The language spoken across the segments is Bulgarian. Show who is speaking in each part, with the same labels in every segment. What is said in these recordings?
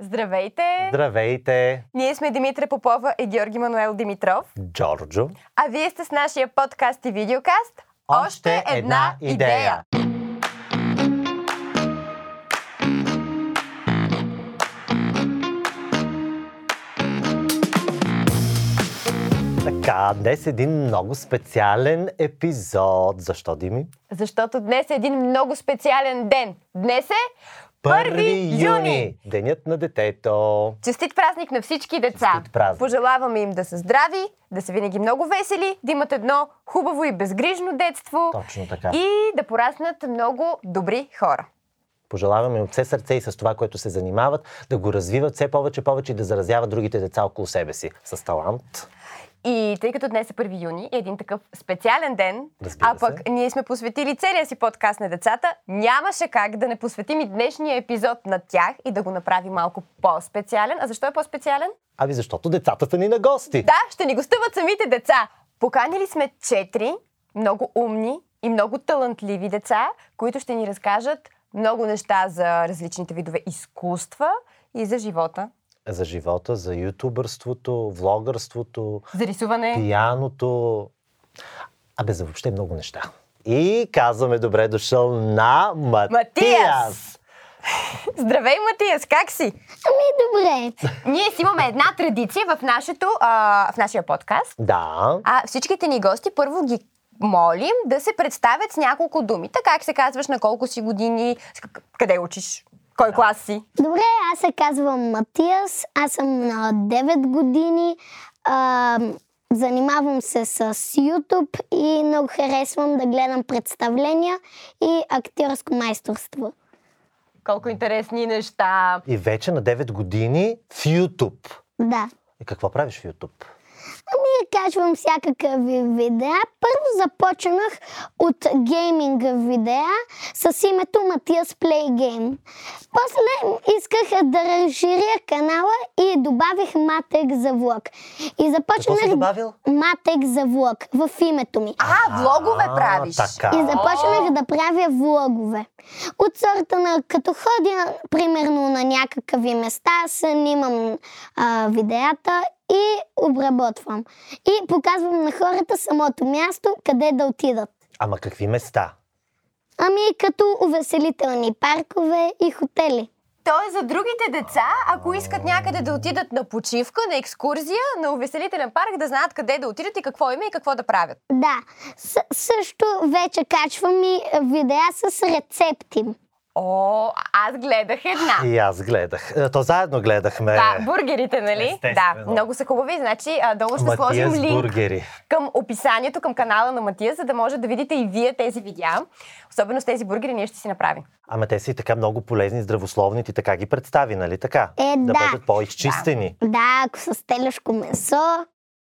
Speaker 1: Здравейте!
Speaker 2: Здравейте,
Speaker 1: Ние сме Димитра Попова и Георги Мануел Димитров,
Speaker 2: Джорджо.
Speaker 1: а вие сте с нашия подкаст и видеокаст
Speaker 2: Още една идея. Така, днес един много специален епизод. Защо, Дими?
Speaker 1: Защото днес е един много специален ден. Днес е 1 юни!
Speaker 2: Денят на детето.
Speaker 1: Честит празник на всички деца!
Speaker 2: Честит празник.
Speaker 1: Пожелаваме им да са здрави, да са винаги много весели, да имат едно хубаво и безгрижно детство
Speaker 2: Точно така.
Speaker 1: и да пораснат много добри хора.
Speaker 2: Пожелаваме от все сърце и с това, което се занимават, да го развиват все повече, повече и да заразяват другите деца около себе си. С талант.
Speaker 1: И тъй като днес е 1 юни, е един такъв специален ден,
Speaker 2: Разбира
Speaker 1: а пък
Speaker 2: се.
Speaker 1: ние сме посветили целия си подкаст на децата, нямаше как да не посветим и днешния епизод на тях и да го направим малко по-специален. А защо е по-специален?
Speaker 2: Ами защото децата са ни на гости.
Speaker 1: Да, ще ни гостуват самите деца. Поканили сме четири много умни и много талантливи деца, които ще ни разкажат много неща за различните видове изкуства и за живота.
Speaker 2: За живота, за ютубърството, влогърството,
Speaker 1: За рисуване.
Speaker 2: пияното. Абе, за въобще много неща. И казваме добре дошъл на Матиас!
Speaker 1: Матиас! Здравей, Матиас, как си?
Speaker 3: Ами добре.
Speaker 1: Ние си имаме една традиция в, нашето, а, в нашия подкаст.
Speaker 2: Да,
Speaker 1: А всичките ни гости първо ги молим да се представят с няколко думи. Така как се казваш, на колко си години, с к- къде учиш, кой клас си.
Speaker 3: Добре, аз се казвам Матиас, аз съм на 9 години, а, занимавам се с YouTube и много харесвам да гледам представления и актьорско майсторство.
Speaker 1: Колко интересни неща.
Speaker 2: и вече на 9 години в YouTube.
Speaker 3: Да.
Speaker 2: И какво правиш в YouTube?
Speaker 1: Значи
Speaker 3: Ами качвам всякакви видеа. Първо започнах от гейминг видеа с името Матиас Плей Гейм. После исках да разширя канала и добавих Матек за влог. И
Speaker 2: Какво си
Speaker 1: нали
Speaker 3: започнах
Speaker 2: добавил?
Speaker 3: Матек за влог в името ми.
Speaker 1: А, влогове
Speaker 2: А,
Speaker 1: правиш.
Speaker 2: Така.
Speaker 3: И започнах да правя влогове. От сорта на като ходя, примерно на някакви места, снимам а, видеята и обработвам. И показвам на хората самото място, къде да отидат.
Speaker 2: Ама какви места?
Speaker 3: Ами като увеселителни паркове и хотели.
Speaker 1: Той е за другите деца, ако искат някъде да отидат на почивка, на екскурзия, на увеселителен парк, да знаят къде да отидат и какво има и какво да правят.
Speaker 3: Да, С- също вече качвам и видеа с рецепти.
Speaker 1: О, аз гледах една.
Speaker 2: И аз гледах. Е, То заедно гледахме.
Speaker 1: Да, бургерите, нали?
Speaker 2: Естествено.
Speaker 1: Да, много са хубави. Значи, а, долу ще
Speaker 2: Матиас
Speaker 1: сложим линк
Speaker 2: бургери.
Speaker 1: към описанието, към канала на Матия, за да може да видите и вие тези видеа. Особено с тези бургери ние ще си направим.
Speaker 2: Ама те си така много полезни, здравословни, ти така ги представи, нали така?
Speaker 3: Е,
Speaker 2: да.
Speaker 3: да.
Speaker 2: бъдат по-изчистени.
Speaker 3: Да, ако с телешко месо,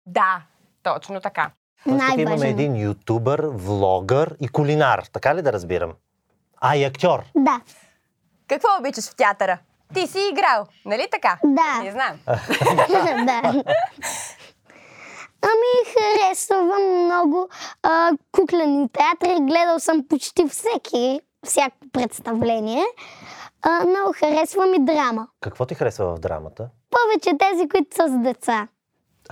Speaker 1: Да, точно така.
Speaker 2: Тоест, тук имаме
Speaker 3: най-важно.
Speaker 2: един ютубър, влогър и кулинар. Така ли да разбирам? А, и актьор.
Speaker 3: Да,
Speaker 1: Какво обичаш в театъра? Ти си играл, нали така?
Speaker 3: Да.
Speaker 1: Не знам.
Speaker 3: да. Ами, харесвам много а, куклени театри. Гледал съм почти всеки, всяко представление. А, много харесвам и драма.
Speaker 2: Какво ти харесва в драмата?
Speaker 3: Повече тези, които са с деца.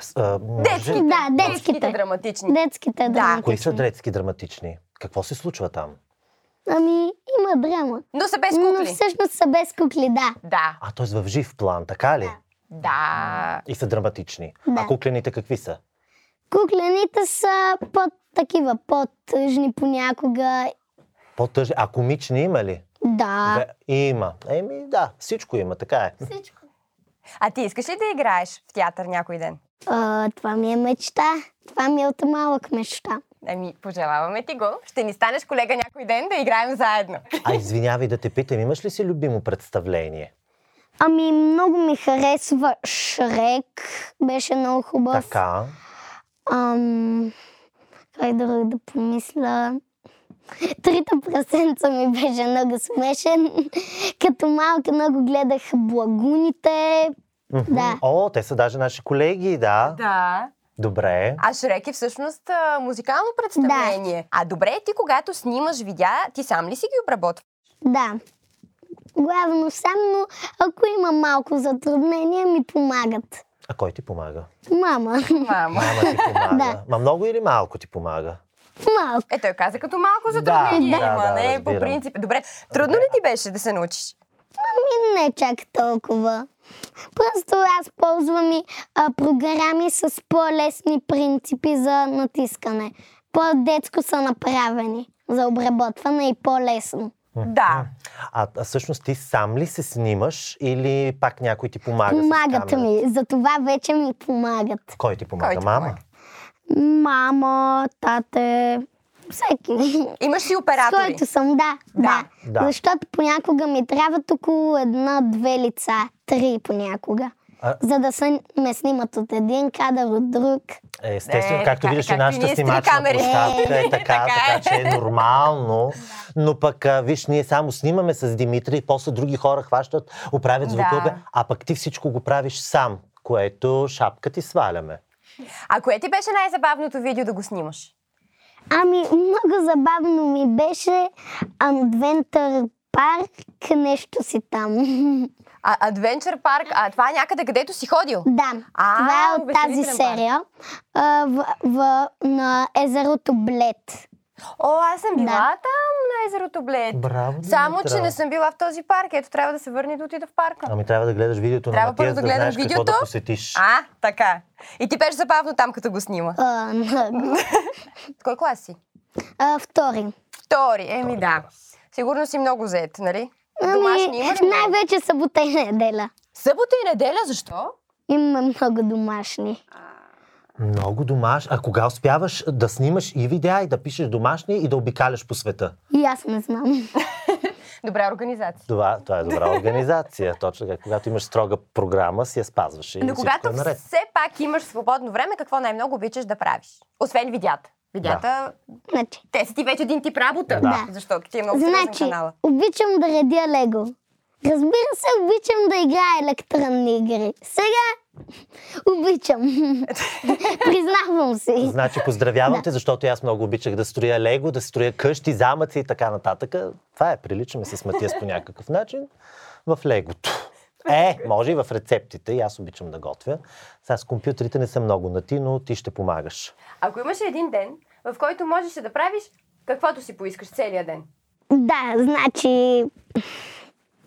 Speaker 2: С- а, може-
Speaker 1: Детските,
Speaker 3: Да, детските.
Speaker 1: драматични.
Speaker 3: Детските драми.
Speaker 2: Кои са детски драматични? Какво се случва там?
Speaker 3: Ами, има драма.
Speaker 1: Но са без
Speaker 3: Но
Speaker 1: кукли.
Speaker 3: всъщност са без кукли, да.
Speaker 1: Да,
Speaker 2: А, т.е. в жив план, така ли?
Speaker 1: да.
Speaker 2: И са драматични.
Speaker 3: Да.
Speaker 2: А куклените какви са?
Speaker 3: Куклените са под такива, по-тъжни понякога.
Speaker 2: По-тъжни. А комични има ли?
Speaker 3: Да.
Speaker 2: Ве- Има. Еми, да, всичко има, така е.
Speaker 3: Всичко.
Speaker 1: А ти искаш ли да играеш в театър някой ден?
Speaker 3: А, това ми е мечта. Това ми е от малък мечта.
Speaker 1: Ами, пожелаваме ти го. Ще ни станеш колега някой ден да играем заедно.
Speaker 2: А извинявай да те питам, имаш ли си любимо представление?
Speaker 3: Ами, много ми харесва Шрек. Беше много хубав.
Speaker 2: Така.
Speaker 3: Ам, как друго да помисля? Трите прасенца ми беше много смешен. Като малка много гледах Благуните.
Speaker 2: Мгм.
Speaker 3: Да.
Speaker 2: О, те са даже наши колеги, да.
Speaker 1: Да.
Speaker 2: Добре.
Speaker 1: А Шрек е всъщност а, музикално представление. Да. А добре, ти когато снимаш видеа, ти сам ли си ги обработваш?
Speaker 3: Да. главно сам, но ако има малко затруднение, ми помагат.
Speaker 2: А кой ти помага?
Speaker 3: Мама.
Speaker 1: Мамо.
Speaker 2: Мама ти помага.
Speaker 3: Да.
Speaker 2: Ма много или малко ти помага?
Speaker 3: Малко.
Speaker 1: Е, той каза като малко затруднение.
Speaker 2: Да, да,
Speaker 1: има,
Speaker 2: да,
Speaker 1: не, по
Speaker 2: разбирам.
Speaker 1: принцип. Добре, трудно ли ти беше да се научиш?
Speaker 3: Ами не чак толкова. Просто аз ползвам и а, програми с по-лесни принципи за натискане. По-детско са направени за обработване и по-лесно.
Speaker 1: Да.
Speaker 2: А, а всъщност ти сам ли се снимаш или пак някой ти помага? с
Speaker 3: Помагат
Speaker 2: камерата?
Speaker 3: ми, за това вече ми помагат.
Speaker 2: Кой ти помага?
Speaker 1: Кой ти
Speaker 2: Мама?
Speaker 1: помага?
Speaker 3: Мама, тате, всеки.
Speaker 1: Имаш си
Speaker 3: С
Speaker 1: оператори.
Speaker 3: който съм, да,
Speaker 1: Да.
Speaker 3: да.
Speaker 2: Да.
Speaker 3: Защото понякога ми трябват около една-две лица, три понякога.
Speaker 2: А-
Speaker 3: За да се ме снимат от един кадър, от друг.
Speaker 2: Е, Естествено,
Speaker 1: Е,
Speaker 2: както
Speaker 1: така-
Speaker 2: виждаш и
Speaker 1: както и
Speaker 2: нашата
Speaker 1: ние с три
Speaker 2: снимачна
Speaker 1: камери.
Speaker 2: площадка е така,
Speaker 1: Така е.
Speaker 2: така че е нормално. Но пък, а, виж, ние само снимаме с Димитри и после други хора хващат, оправят звука,
Speaker 1: Да.
Speaker 2: обе- а пък ти всичко го правиш сам, което шапка ти сваляме.
Speaker 1: А кое ти беше най-забавното видео да го снимаш?
Speaker 3: Ами, много забавно ми беше Адвентър парк, нещо си там.
Speaker 1: А, Адвенчър парк, а това е някъде където си ходил?
Speaker 3: да,
Speaker 1: А,
Speaker 3: това е от тази
Speaker 1: увеселителен парк.
Speaker 3: серия а, в, в, на езерото Блед.
Speaker 1: О, аз съм била
Speaker 3: Да.
Speaker 1: там на езерото Блед.
Speaker 2: Браво,
Speaker 1: Е, Само,
Speaker 2: Димитра.
Speaker 1: че не съм била в този парк. Ето, трябва да се върне да отида в парка.
Speaker 2: Ами трябва да гледаш видеото
Speaker 1: Трябва
Speaker 2: на Матиас,
Speaker 1: първо да гледам
Speaker 2: знаеш какво да
Speaker 1: видеото.
Speaker 2: посетиш.
Speaker 1: А, така. И ти беше забавно там, като го снима.
Speaker 3: А, на-
Speaker 1: Кой клас си?
Speaker 3: а, втори.
Speaker 1: Втори. Еми да. Сигурно си много зает, нали? Домашни
Speaker 3: Ами,
Speaker 1: имаш ли?
Speaker 3: най-вече събота и неделя.
Speaker 1: Събота и неделя, защо?
Speaker 3: Имаме много домашни.
Speaker 2: Много домашни. А кога успяваш да снимаш и видеа, и да пишеш домашни, и да обикаляш по света?
Speaker 3: И аз не знам.
Speaker 1: Добра организация.
Speaker 2: Това, това е добра организация. Точно така. Когато имаш строга програма, си я спазваш и
Speaker 1: Но
Speaker 2: всичко
Speaker 1: когато
Speaker 2: е наред.
Speaker 1: все пак имаш свободно време, какво най-много обичаш да правиш? Освен видеята. Видеята,
Speaker 3: Значи,
Speaker 1: те са ти вече един тип работа.
Speaker 2: Да.
Speaker 1: Защото ти е много сериозен
Speaker 3: значи
Speaker 1: канала.
Speaker 3: обичам да редя лего. Разбира се, обичам да играя електронни игри. Сега обичам. Признавам си.
Speaker 2: Значи поздравявам
Speaker 3: Да.
Speaker 2: те, защото и аз много обичах да строя лего, да строя къщи, замъци и така нататък. Това е, приличаме се с Матиас по някакъв начин в легото. Е, може и в рецептите, и аз обичам да готвя. Сега с компютрите не съм много на ти, но ти ще помагаш.
Speaker 1: Ако имаше един ден, в който можеше да правиш каквото си поискаш целия ден.
Speaker 3: Да, значи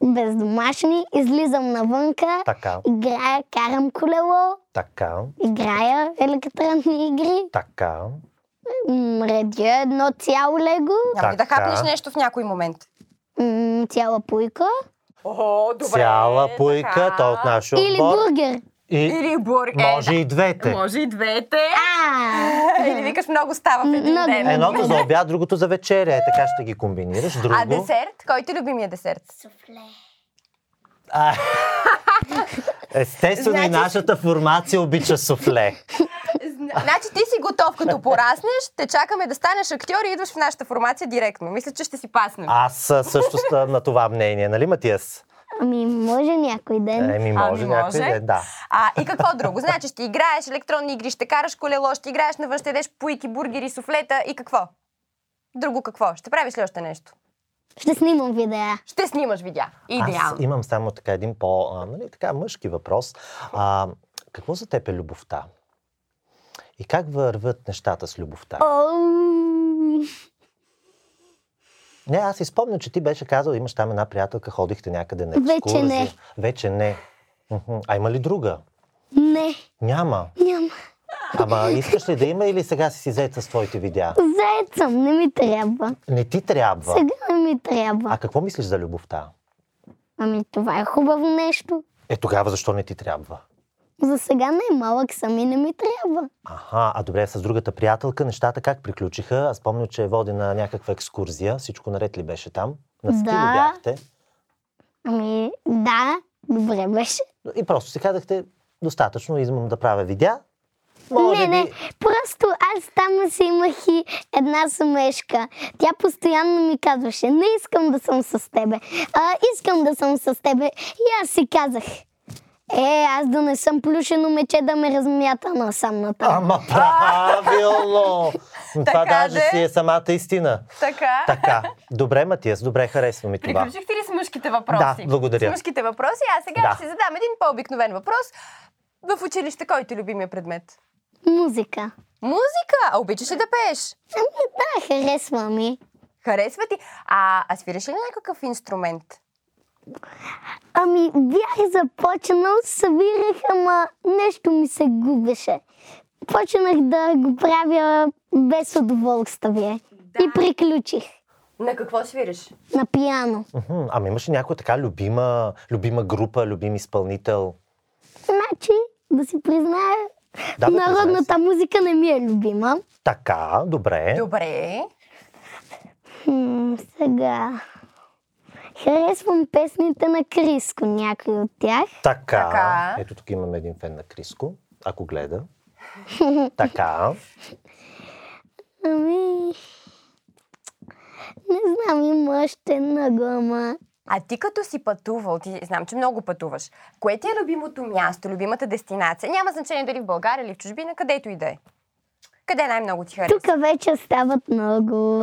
Speaker 3: без домашни, излизам навънка,
Speaker 2: Така,
Speaker 3: играя, карам колело,
Speaker 2: така,
Speaker 3: играя електронни игри,
Speaker 2: така.
Speaker 3: м, редя едно цяло лего,
Speaker 1: Няма ли да
Speaker 2: Така.
Speaker 1: хапнеш нещо в някой момент?
Speaker 3: м, цяла пуйка
Speaker 1: О, добре.
Speaker 2: Цяла пуйка,
Speaker 1: така.
Speaker 2: то от нашия
Speaker 3: или
Speaker 2: отбор.
Speaker 3: бургер.
Speaker 2: И
Speaker 1: Или бургер.
Speaker 2: може и двете.
Speaker 1: Може и двете.
Speaker 3: А,
Speaker 1: Или викаш много става в един
Speaker 3: Много.
Speaker 1: ден.
Speaker 2: Едното за обяд, другото за вечеря. Е, така ще ги комбинираш. Друго.
Speaker 1: А десерт? Кой ти е любимия десерт?
Speaker 2: А, Естествено и
Speaker 1: Значи-
Speaker 2: нашата формация обича суфле.
Speaker 1: Значи ти си готов като пораснеш, те чакаме да станеш актьор и идваш в нашата формация директно. Мисля, че ще си паснем.
Speaker 2: Аз а, също съм на това мнение, нали, Матиас?
Speaker 3: Ами, може някой ден.
Speaker 2: Еми,
Speaker 1: Ами,
Speaker 2: може, някой
Speaker 1: може.
Speaker 2: ден, да.
Speaker 1: А, и какво друго? Значи ще играеш електронни игри, ще караш колело, ще играеш навън, ще едеш пуйки, бургери, суфлета и какво? Друго какво? Ще правиш ли още нещо?
Speaker 3: Ще снимам видеа.
Speaker 1: Ще снимаш видеа.
Speaker 2: Аз
Speaker 1: Идеално.
Speaker 2: имам само така един по, а, нали, така мъжки въпрос. А, какво за теб е любовта? И как върват нещата с любовта?
Speaker 3: Оу,
Speaker 2: Не, аз си спомням, че ти беше казал, имаш там една приятелка, ходихте някъде на
Speaker 3: Вече
Speaker 2: екскурзия.
Speaker 3: не.
Speaker 2: Вече не. Мгм. А има ли друга?
Speaker 3: не,
Speaker 2: Няма.
Speaker 3: няма.
Speaker 2: Ама искаш ли да има или сега си си заед с твоите видеа?
Speaker 3: Заед съм, не ми трябва.
Speaker 2: Не ти трябва.
Speaker 3: Сега не ми
Speaker 2: А
Speaker 3: трябва.
Speaker 2: какво мислиш за любовта?
Speaker 3: Ами, това е хубаво нещо.
Speaker 2: Е, тогава защо не ти трябва?
Speaker 3: За сега не е малък съм и не ми трябва.
Speaker 2: Аха, а добре, с другата приятелка нещата как приключиха? Аз помня, че е води на някаква екскурзия. Всичко наред ли беше там? На ски ли
Speaker 3: Да.
Speaker 2: бяхте?
Speaker 3: Ами, да, добре беше.
Speaker 2: И просто си казахте, достатъчно, измам да правя видеа.
Speaker 3: не, не, просто аз там си имах и една смешка. Тя постоянно ми казваше, не искам да съм с тебе, а, искам да съм с тебе. И аз си казах, е, аз да не съм плюшено мече да ме размята насам натам.
Speaker 2: Ама правилно! Но
Speaker 1: Така
Speaker 2: това даже
Speaker 1: де.
Speaker 2: си е самата истина.
Speaker 1: Така.
Speaker 2: Така, добре, Матиас, добре, харесва ми това.
Speaker 1: Приключихте ли с мъжките въпроси?
Speaker 2: Да, благодаря.
Speaker 1: С мъжките въпроси, а сега
Speaker 2: Да.
Speaker 1: ще си задам един по-обикновен въпрос. В училище, който е любимия предмет?
Speaker 3: Музика.
Speaker 1: Музика! А обичаш ли да пееш?
Speaker 3: Ами да, харесва ми.
Speaker 1: Харесва ти. А, а свираш ли на някакъв инструмент?
Speaker 3: Ами бях започнал, събирах, ама нещо ми се губеше. Почнах да го правя без удоволствие. И приключих
Speaker 1: На какво свириш?
Speaker 3: на пиано.
Speaker 2: Мгм, Ама имаш ли някоя така любима, любима група, любим изпълнител?
Speaker 3: Значи, да си призная,
Speaker 2: Да, бе, признай се.
Speaker 3: народната музика не ми е любима.
Speaker 2: Така, добре.
Speaker 1: Добре.
Speaker 3: М, сега. Харесвам песните на Криско, някои от тях.
Speaker 2: Така.
Speaker 1: Така.
Speaker 2: Ето тук имаме един фен на Криско, ако гледа. така.
Speaker 3: Ами. Не знам, има още много, ама.
Speaker 1: А ти като си пътувал, ти знам, че много пътуваш, кое ти е любимото място, любимата дестинация? Няма значение дали в България или в чужбина, където и да е. Къде най-много ти харесва?
Speaker 3: Тук вече стават много.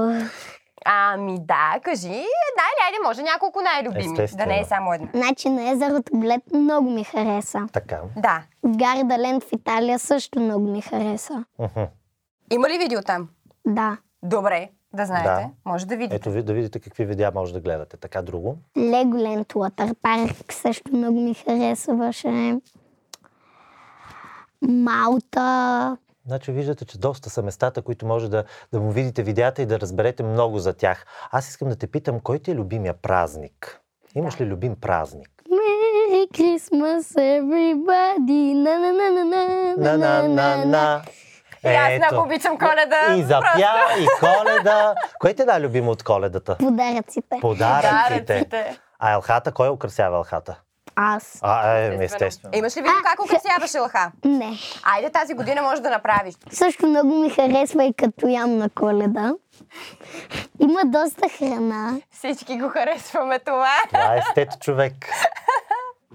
Speaker 1: Ами да, кажи една или айде може няколко най-любими.
Speaker 2: Естествено.
Speaker 1: Да не е само една.
Speaker 3: Значи на езерото Блед много ми хареса.
Speaker 2: Така.
Speaker 1: Да.
Speaker 3: Гардаленд в Италия също много ми хареса.
Speaker 2: Мгм.
Speaker 1: Има ли видео там?
Speaker 3: Да.
Speaker 1: Добре, да знаете.
Speaker 2: Да.
Speaker 1: Може да видите.
Speaker 2: Ето ви, да видите какви видеа може да гледате. Така друго.
Speaker 3: Леголенд Лотър Парк също много ми харесваше. Малта.
Speaker 2: Значи виждате, че доста са местата, които може да, да му видите видеята и да разберете много за тях. Аз искам да те питам, кой ти е любимия празник? Имаш ли любим празник?
Speaker 3: Merry Christmas everybody. На на на на на на на на.
Speaker 1: И аз много обичам Коледа.
Speaker 2: И запя, и коледа. Кой ти е най-любим от коледата?
Speaker 3: Подаръците.
Speaker 2: Подаръците.
Speaker 1: Подаръците.
Speaker 2: А елхата, кой украсява елхата?
Speaker 3: Аз.
Speaker 2: А, е, естествено.
Speaker 1: Имаш ли видео как украсяваш елха?
Speaker 3: Не.
Speaker 1: Айде тази година може да направиш.
Speaker 3: Също много ми харесва и като ям на коледа. Има доста храна.
Speaker 1: Всички го харесваме това.
Speaker 2: Това е естет човек.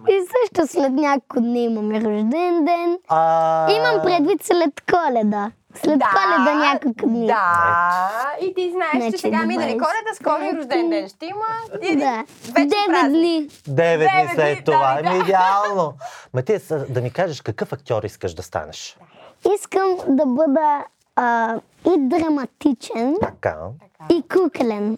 Speaker 3: И също след няколко дни имаме рожден ден.
Speaker 2: А...
Speaker 3: Имам предвид след коледа. След коледа няколко дни.
Speaker 1: Да,
Speaker 2: Е.
Speaker 1: и ти знаеш,
Speaker 3: Значи
Speaker 1: че сега минали
Speaker 3: 20.
Speaker 1: коледа, скоро и рожден ден ще има. И един
Speaker 3: Да.
Speaker 1: вече
Speaker 3: Девет
Speaker 1: празник.
Speaker 3: дни.
Speaker 2: Девет дни
Speaker 1: Девет дни,
Speaker 2: след това.
Speaker 1: да, да.
Speaker 2: Еми, идеално. Матис, да ми кажеш какъв актьор искаш да станеш?
Speaker 3: Искам да бъда а, и драматичен,
Speaker 2: Така.
Speaker 3: и куклен.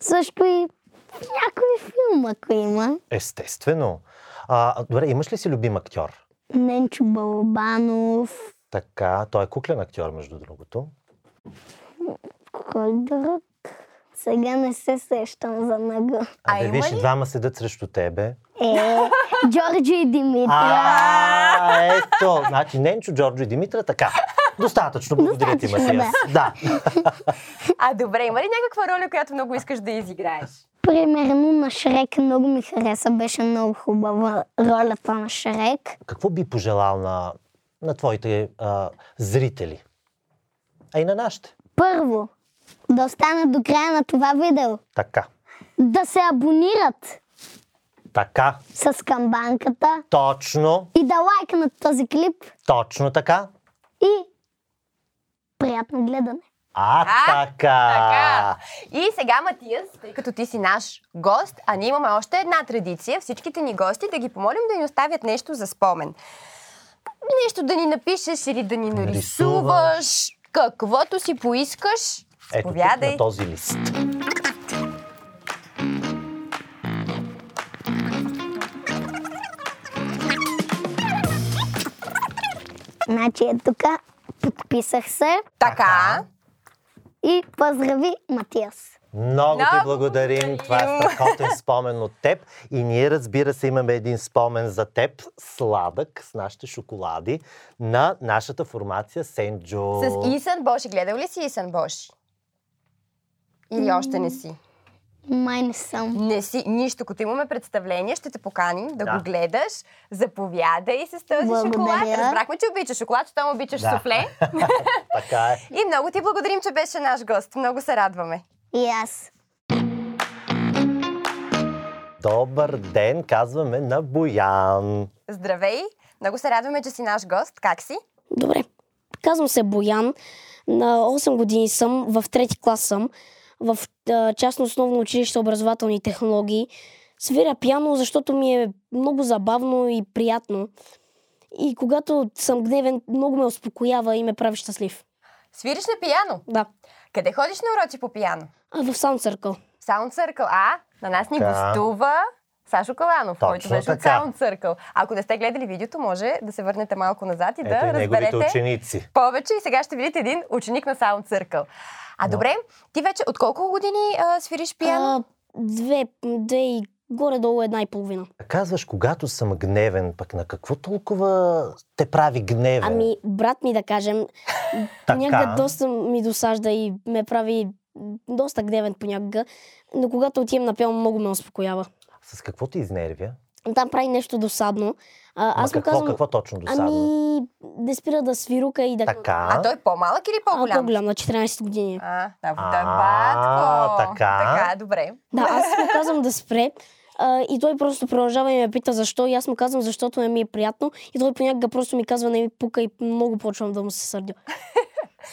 Speaker 3: Също и в някой филм, ако има.
Speaker 2: Естествено. А, добре, имаш ли си любим актьор?
Speaker 3: Ненчо Балабанов,
Speaker 2: Така, той е куклен актьор, между другото.
Speaker 3: кой друг? Сега не се сещам за него.
Speaker 1: А
Speaker 2: Абе,
Speaker 1: има
Speaker 2: виж,
Speaker 1: ли?
Speaker 2: двама седят срещу тебе.
Speaker 3: Е, Джорджи и Димитра.
Speaker 2: А, ето. Значи Ненчо, Джорджо и Димитра, така. Достатъчно, благодаря ти,
Speaker 3: Достатъчно,
Speaker 2: Матиас. Да.
Speaker 1: А добре, има ли някаква роля, която много искаш да изиграеш?
Speaker 3: Примерно на Шрек много ми хареса, беше много хубава ролята на Шрек.
Speaker 2: Какво би пожелал на, на твоите а, зрители? А и на нашите.
Speaker 3: Първо, да остана до края на това видео.
Speaker 2: Така.
Speaker 3: Да се абонират
Speaker 2: Така.
Speaker 3: с камбанката
Speaker 2: Точно.
Speaker 3: и да лайкнат този клип
Speaker 2: Точно така.
Speaker 3: и приятно гледане.
Speaker 2: А,
Speaker 1: А,
Speaker 2: така.
Speaker 1: И сега, Матиас, тъй като ти си наш гост, а ние имаме още една традиция, всичките ни гости да ги помолим да ни оставят нещо за спомен. Нещо да ни напишеш или да ни нарисуваш, каквото си поискаш.
Speaker 2: Ето тук
Speaker 1: Сповядай.
Speaker 2: на този лист.
Speaker 3: Значи е тук, подписах се
Speaker 1: Така.
Speaker 3: и поздрави Матиас.
Speaker 2: Много ти
Speaker 1: Много
Speaker 2: благодарим. Това е
Speaker 1: благодарим.
Speaker 2: страхотен спомен от теб. И ние, разбира се, имаме един спомен за теб, сладък, с нашите шоколади, на нашата формация Сенджо.
Speaker 1: С Исън Боши. Гледал ли си Исън Боши? Или още не си?
Speaker 3: Май не съм.
Speaker 1: Не си. Нищо. Като имаме представление, ще те поканим да,
Speaker 2: Да.
Speaker 1: го гледаш. Заповядай с този
Speaker 3: Благодаря.
Speaker 1: шоколад. Разбрахме, че обичаш шоколад, че там обичаш
Speaker 2: Да.
Speaker 1: суфле.
Speaker 2: Така е.
Speaker 1: И много ти благодарим, че беше наш гост. Много се радваме.
Speaker 3: И аз.
Speaker 2: Добър ден, казваме на Боян.
Speaker 1: Здравей! Много се радваме, че си наш гост. Как си?
Speaker 3: Добре.
Speaker 4: Казвам се Боян. На 8 години съм, в трети клас съм, в а, частно основно училище образователни технологии. Свиря пиано, защото ми е много забавно и приятно. И когато съм гневен, много ме успокоява и ме прави щастлив.
Speaker 1: Свириш на пияно?
Speaker 4: Да.
Speaker 1: Къде ходиш на уроци по пияно?
Speaker 4: А в Sound Circle.
Speaker 1: Sound Circle, а? На нас ни
Speaker 2: Така.
Speaker 1: гостува Сашо Каланов,
Speaker 2: Точно
Speaker 1: който беше от
Speaker 2: така.
Speaker 1: Sound Circle. Ако не сте гледали видеото, може да се върнете малко назад и
Speaker 2: Ето
Speaker 1: да
Speaker 2: и неговите
Speaker 1: разберете
Speaker 2: ученици.
Speaker 1: повече. И сега ще видите един ученик на Sound Circle. А добре, ти вече от колко години а, свириш пияно?
Speaker 4: А, две, две и горе-долу една и половина.
Speaker 2: Казваш, когато съм гневен, пък на какво толкова те прави гневен?
Speaker 4: Ами, брат ми, да кажем,
Speaker 2: Е, Така.
Speaker 4: понякога доста ми досажда и ме прави доста гневен понякога, но когато отивам на пел, много ме успокоява.
Speaker 2: С какво ти изнервя?
Speaker 4: Там прави нещо досадно. А,
Speaker 2: Ама
Speaker 4: аз му
Speaker 2: какво,
Speaker 4: казвам,
Speaker 2: какво точно досадно?
Speaker 4: ами, да спира да свирука и да...
Speaker 2: Така.
Speaker 1: А той е по-малък или
Speaker 4: А,
Speaker 1: по-голям?
Speaker 4: по-голям, на 14 години.
Speaker 1: А, да,
Speaker 2: А,
Speaker 1: да, батко.
Speaker 2: така.
Speaker 1: Така, добре.
Speaker 4: Да, аз му казвам да спре. А, и той просто продължава и ме пита защо. И аз му казвам, защото не ми е приятно. И той понякога просто ми казва, не ми пука и много почвам да му се сърдя.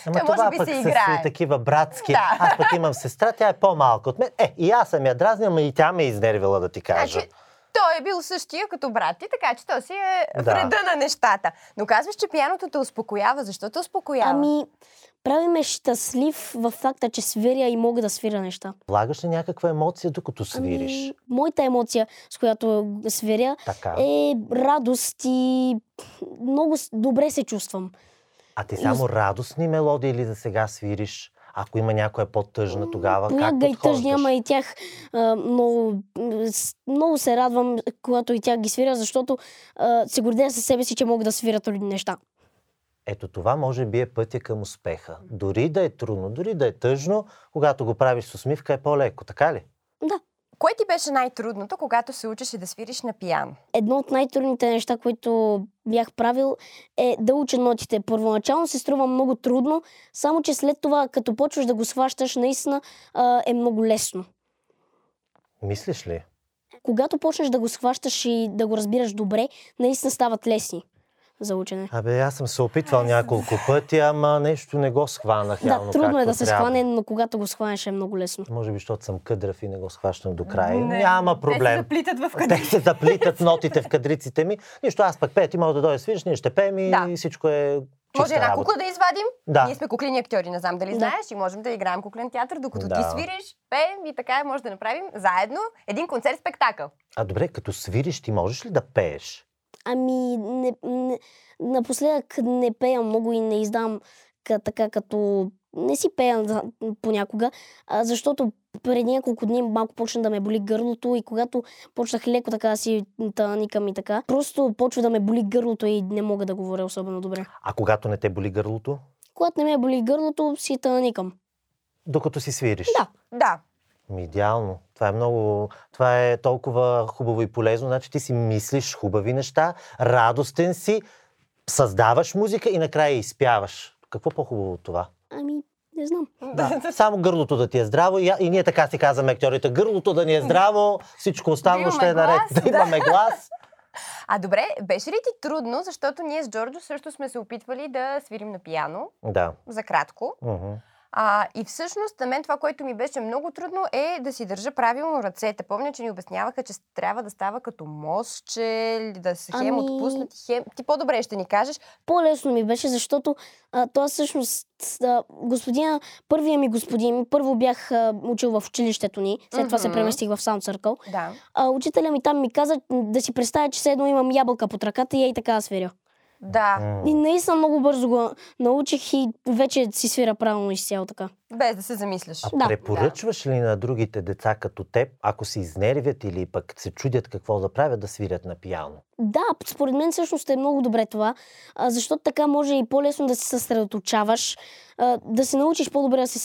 Speaker 2: Ама
Speaker 1: Той може
Speaker 2: това
Speaker 1: би
Speaker 2: пък
Speaker 1: се
Speaker 2: са
Speaker 1: играе.
Speaker 2: си такива братски.
Speaker 1: Да.
Speaker 2: Аз пък имам сестра, тя е по-малка от мен. Е, и аз съм я дразнил, но и тя ме е изнервила да ти кажа.
Speaker 1: Значи, той е бил същия като брат ти, така че той си е
Speaker 2: Да.
Speaker 1: в реда на нещата. Но казваш, че пияното те успокоява. Защо те успокоява?
Speaker 4: Ами, прави ме щастлив в факта, че свиря и мога да свиря неща.
Speaker 2: Влагаш ли някаква емоция, докато свириш?
Speaker 4: Ами, моята емоция, с която свиря,
Speaker 2: Така.
Speaker 4: е радост и много с- добре се чувствам.
Speaker 2: А ти само радостни мелодии или за сега свириш? Ако има някоя по-тъжна, тогава как
Speaker 4: Понякога и тъжни, ама
Speaker 2: подхождаш?
Speaker 4: и тях а, много, м, с- много се радвам, когато и тях ги свиря, защото а, се гордея със себе си, че мога да свиря трудни неща.
Speaker 2: Ето това може би е пътя към успеха. Дори да е трудно, дори да е тъжно, когато го правиш с усмивка е по-леко, така ли?
Speaker 1: Кое ти беше най-трудното, когато се учеше да свириш на пияно?
Speaker 4: едно от най-трудните неща, които бях правил, е да уча нотите. Първоначално се струва много трудно, само че след това, като почваш да го схващаш, наистина а, е много лесно.
Speaker 2: Мислиш ли?
Speaker 4: Когато почнеш да го схващаш и да го разбираш добре, наистина стават лесни за учене.
Speaker 2: Абе, аз съм се опитвал няколко пъти, ама нещо не го схванах. явно
Speaker 4: да, трудно е
Speaker 2: както
Speaker 4: да се
Speaker 2: трябва.
Speaker 4: схване, но когато го схванеш е много лесно.
Speaker 2: Може би, защото съм къдрав и не го схващам до края. Няма проблем.
Speaker 1: заплитат в
Speaker 2: Те се заплитат нотите в кадриците ми. Нищо, аз пък пея, ти мога да дойдеш, свириш, ние ще пеем и
Speaker 1: Да.
Speaker 2: всичко е чиста
Speaker 1: Може една
Speaker 2: работа.
Speaker 1: кукла да извадим.
Speaker 2: Да.
Speaker 1: Ние сме куклини актьори, не знам дали
Speaker 4: Да.
Speaker 1: знаеш, и можем да играем куклен театър, докато ти
Speaker 2: Да.
Speaker 1: свириш, пеем и така може да направим заедно един концерт-спектакъл.
Speaker 2: А добре, като свириш, ти можеш ли да пееш?
Speaker 4: Ами, не, не, напоследък не пея много и не издам ка, така като... Не си пея за- понякога, а, защото преди няколко дни малко почна да ме боли гърлото и когато почнах леко така да си таникам и така, просто почва да ме боли гърлото и не мога да говоря особено добре.
Speaker 2: А когато не те боли гърлото?
Speaker 4: Когато не ме боли гърлото, си таникам.
Speaker 2: Докато си свириш?
Speaker 4: Да.
Speaker 1: Да.
Speaker 2: Ми, идеално. Това е много... Това е толкова хубаво и полезно. Значи ти си мислиш хубави неща, радостен си, създаваш музика и накрая изпяваш. Какво по-хубаво от това?
Speaker 4: Ами, не знам.
Speaker 2: Да. Само гърлото да ти е здраво и, и ние така си казваме актьорите. Гърлото да ни е здраво, всичко останало
Speaker 1: Да
Speaker 2: ще е
Speaker 1: имаме
Speaker 2: наред.
Speaker 1: глас,
Speaker 2: Да имаме глас.
Speaker 1: А добре, беше ли ти трудно, защото ние с Джорджо също сме се опитвали да свирим на пияно,
Speaker 2: Да.
Speaker 1: за кратко.
Speaker 2: Мгм.
Speaker 1: А, и всъщност на мен това, което ми беше много трудно е да си държа правилно ръцете. Помня, че ни обясняваха, че трябва да става като мостче, или да се хем
Speaker 4: Ами-
Speaker 1: отпуснати, хем... Ти по-добре ще ни кажеш.
Speaker 4: по-лесно ми беше, защото а, това всъщност а, господина, първия ми господин, първо бях а, учил в училището ни, след това се
Speaker 1: Мгм.
Speaker 4: преместих в Sound Circle.
Speaker 1: Да.
Speaker 4: А, учителя ми там ми каза м, да си представя, че все едно имам ябълка под ръката и ей така да свиря.
Speaker 1: Да,
Speaker 2: М.
Speaker 4: И наистина много бързо го научих и вече си свира правилно изцяло така.
Speaker 1: без да се замисляш.
Speaker 2: А
Speaker 4: Да.
Speaker 2: препоръчваш ли на другите деца като теб, ако се изнервят или пък се чудят какво да правят, да свирят на пиано?
Speaker 4: Да, според мен всъщност е много добре това, а, защото така може и по-лесно да се съсредоточаваш, а, да се научиш по-добре да се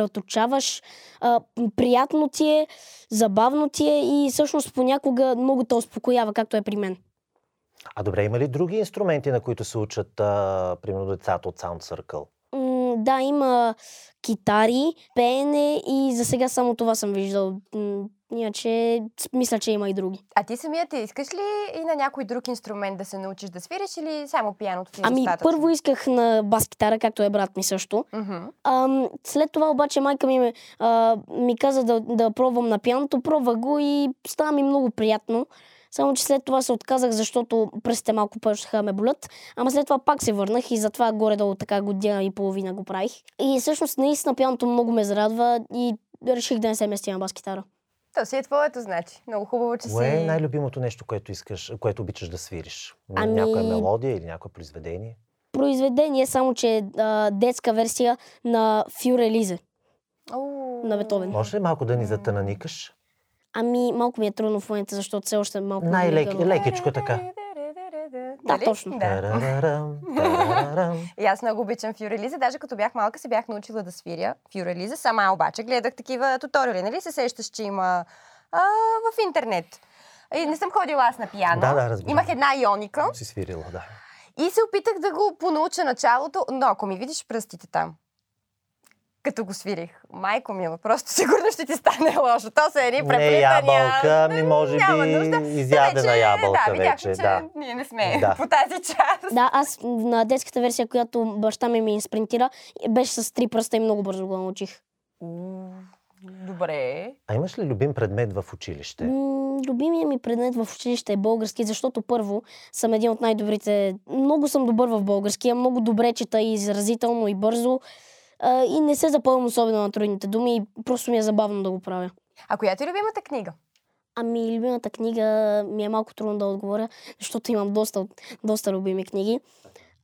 Speaker 4: съсредоточаваш, а, м, приятно ти е, забавно ти е и всъщност понякога много те успокоява, както е при мен.
Speaker 2: А добре, има ли други инструменти, на които се учат, а, примерно, децата от Sound Circle?
Speaker 4: М, да, има китари, пеене и за сега само това съм виждал. М, Иначе, с- мисля, че има и други.
Speaker 1: А ти самия ти искаш ли и на някой друг инструмент да се научиш да свириш или само пианото ти е
Speaker 4: Ами,
Speaker 1: достатъчно?
Speaker 4: първо исках на бас-китара, както е брат ми също.
Speaker 1: Мгм.
Speaker 4: Ам, след това обаче майка ми ме, а, ми каза да, да пробвам на пианото, пробва го и стана ми много приятно. Само, че след това се отказах, защото пръстите малко почнаха да ме болят. Ама след това пак се върнах и затова горе-долу така година и половина го правих. И всъщност наистина пианото много ме зарадва и реших да не се мести на бас-китара.
Speaker 1: То си е твоето, значи. Много хубаво, че
Speaker 2: Кое е
Speaker 1: си...
Speaker 2: най-любимото нещо, което искаш, което обичаш да свириш? М,
Speaker 4: Ами-
Speaker 2: Някоя мелодия или някое произведение?
Speaker 4: Произведение, само че е а, детска версия на Фюрелизе.
Speaker 1: О,
Speaker 4: на Бетовен.
Speaker 2: Може ли малко да ни затананикаш?
Speaker 4: Ами малко ми е трудно в момента, защото все още малко... е не
Speaker 2: Най-леки,
Speaker 4: мигам.
Speaker 2: лекичко така.
Speaker 1: Нали?
Speaker 4: точно.
Speaker 1: Да.
Speaker 2: Тарарарам, тарарарам.
Speaker 1: И аз много обичам фюрелиза. Даже като бях малка се бях научила да свиря фюрелиза. Сама обаче гледах такива туториали. Нали се сещаш, че има а, в интернет. И не съм ходила аз на пиано.
Speaker 2: Да, да, разбирам.
Speaker 1: Имах една ионика
Speaker 2: си свирила, да.
Speaker 1: и се опитах да го понауча началото, но ако ми видиш пръстите там, като го свирих, майко мила, просто сигурно ще ти стане лошо. То са едни
Speaker 2: Не
Speaker 1: преплитания.
Speaker 2: ябълка, ми може
Speaker 1: Е, няма
Speaker 2: би
Speaker 1: нужда.
Speaker 2: изядена
Speaker 1: Вече, е,
Speaker 2: ябълка
Speaker 1: да, видяхме,
Speaker 2: вече.
Speaker 1: че
Speaker 2: Да.
Speaker 1: ние не сме
Speaker 2: Да.
Speaker 1: по тази част.
Speaker 4: Да, аз на детската версия, която баща ми ми инспринтира, беше с три пръста и много бързо го научих.
Speaker 1: М, Добре.
Speaker 2: А имаш ли любим предмет в училище?
Speaker 4: М, Любимия ми предмет в училище е български, защото първо съм един от най-добрите. Много съм добър в българския, много добре чета и изразително и бързо. а, И не се запълвам особено на трудните думи и просто ми е забавно да го правя.
Speaker 1: А коя ти е любимата книга?
Speaker 4: Ами, любимата книга ми е малко трудно да отговоря, защото имам доста, доста любими книги.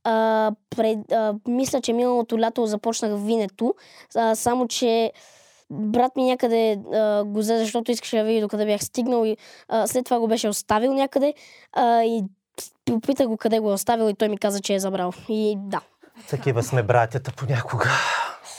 Speaker 4: А, пред, а, мисля, че миналото лято започнах винето, а, само че брат ми някъде а, го взе, защото искаше да види докъде бях стигнал и а, след това го беше оставил някъде а, и попитах го къде го е оставил и той ми каза, че е забрал. И да.
Speaker 2: Такива сме братята понякога.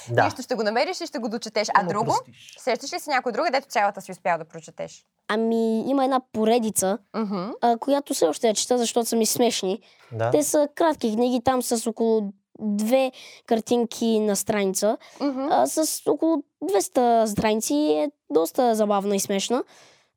Speaker 1: Да.
Speaker 2: Да.
Speaker 1: Нещо ще го намериш и ще го дочетеш. А друго? Сещаш ли си някой друг, дето цялата си успял да прочетеш?
Speaker 4: Ами, има една поредица,
Speaker 1: Мгм.
Speaker 4: а, която все още я чета, защото са ми смешни.
Speaker 2: Да.
Speaker 4: Те са кратки книги, там с около две картинки на страница.
Speaker 1: Мгм.
Speaker 4: А, с около 200 страници е доста забавна и смешна.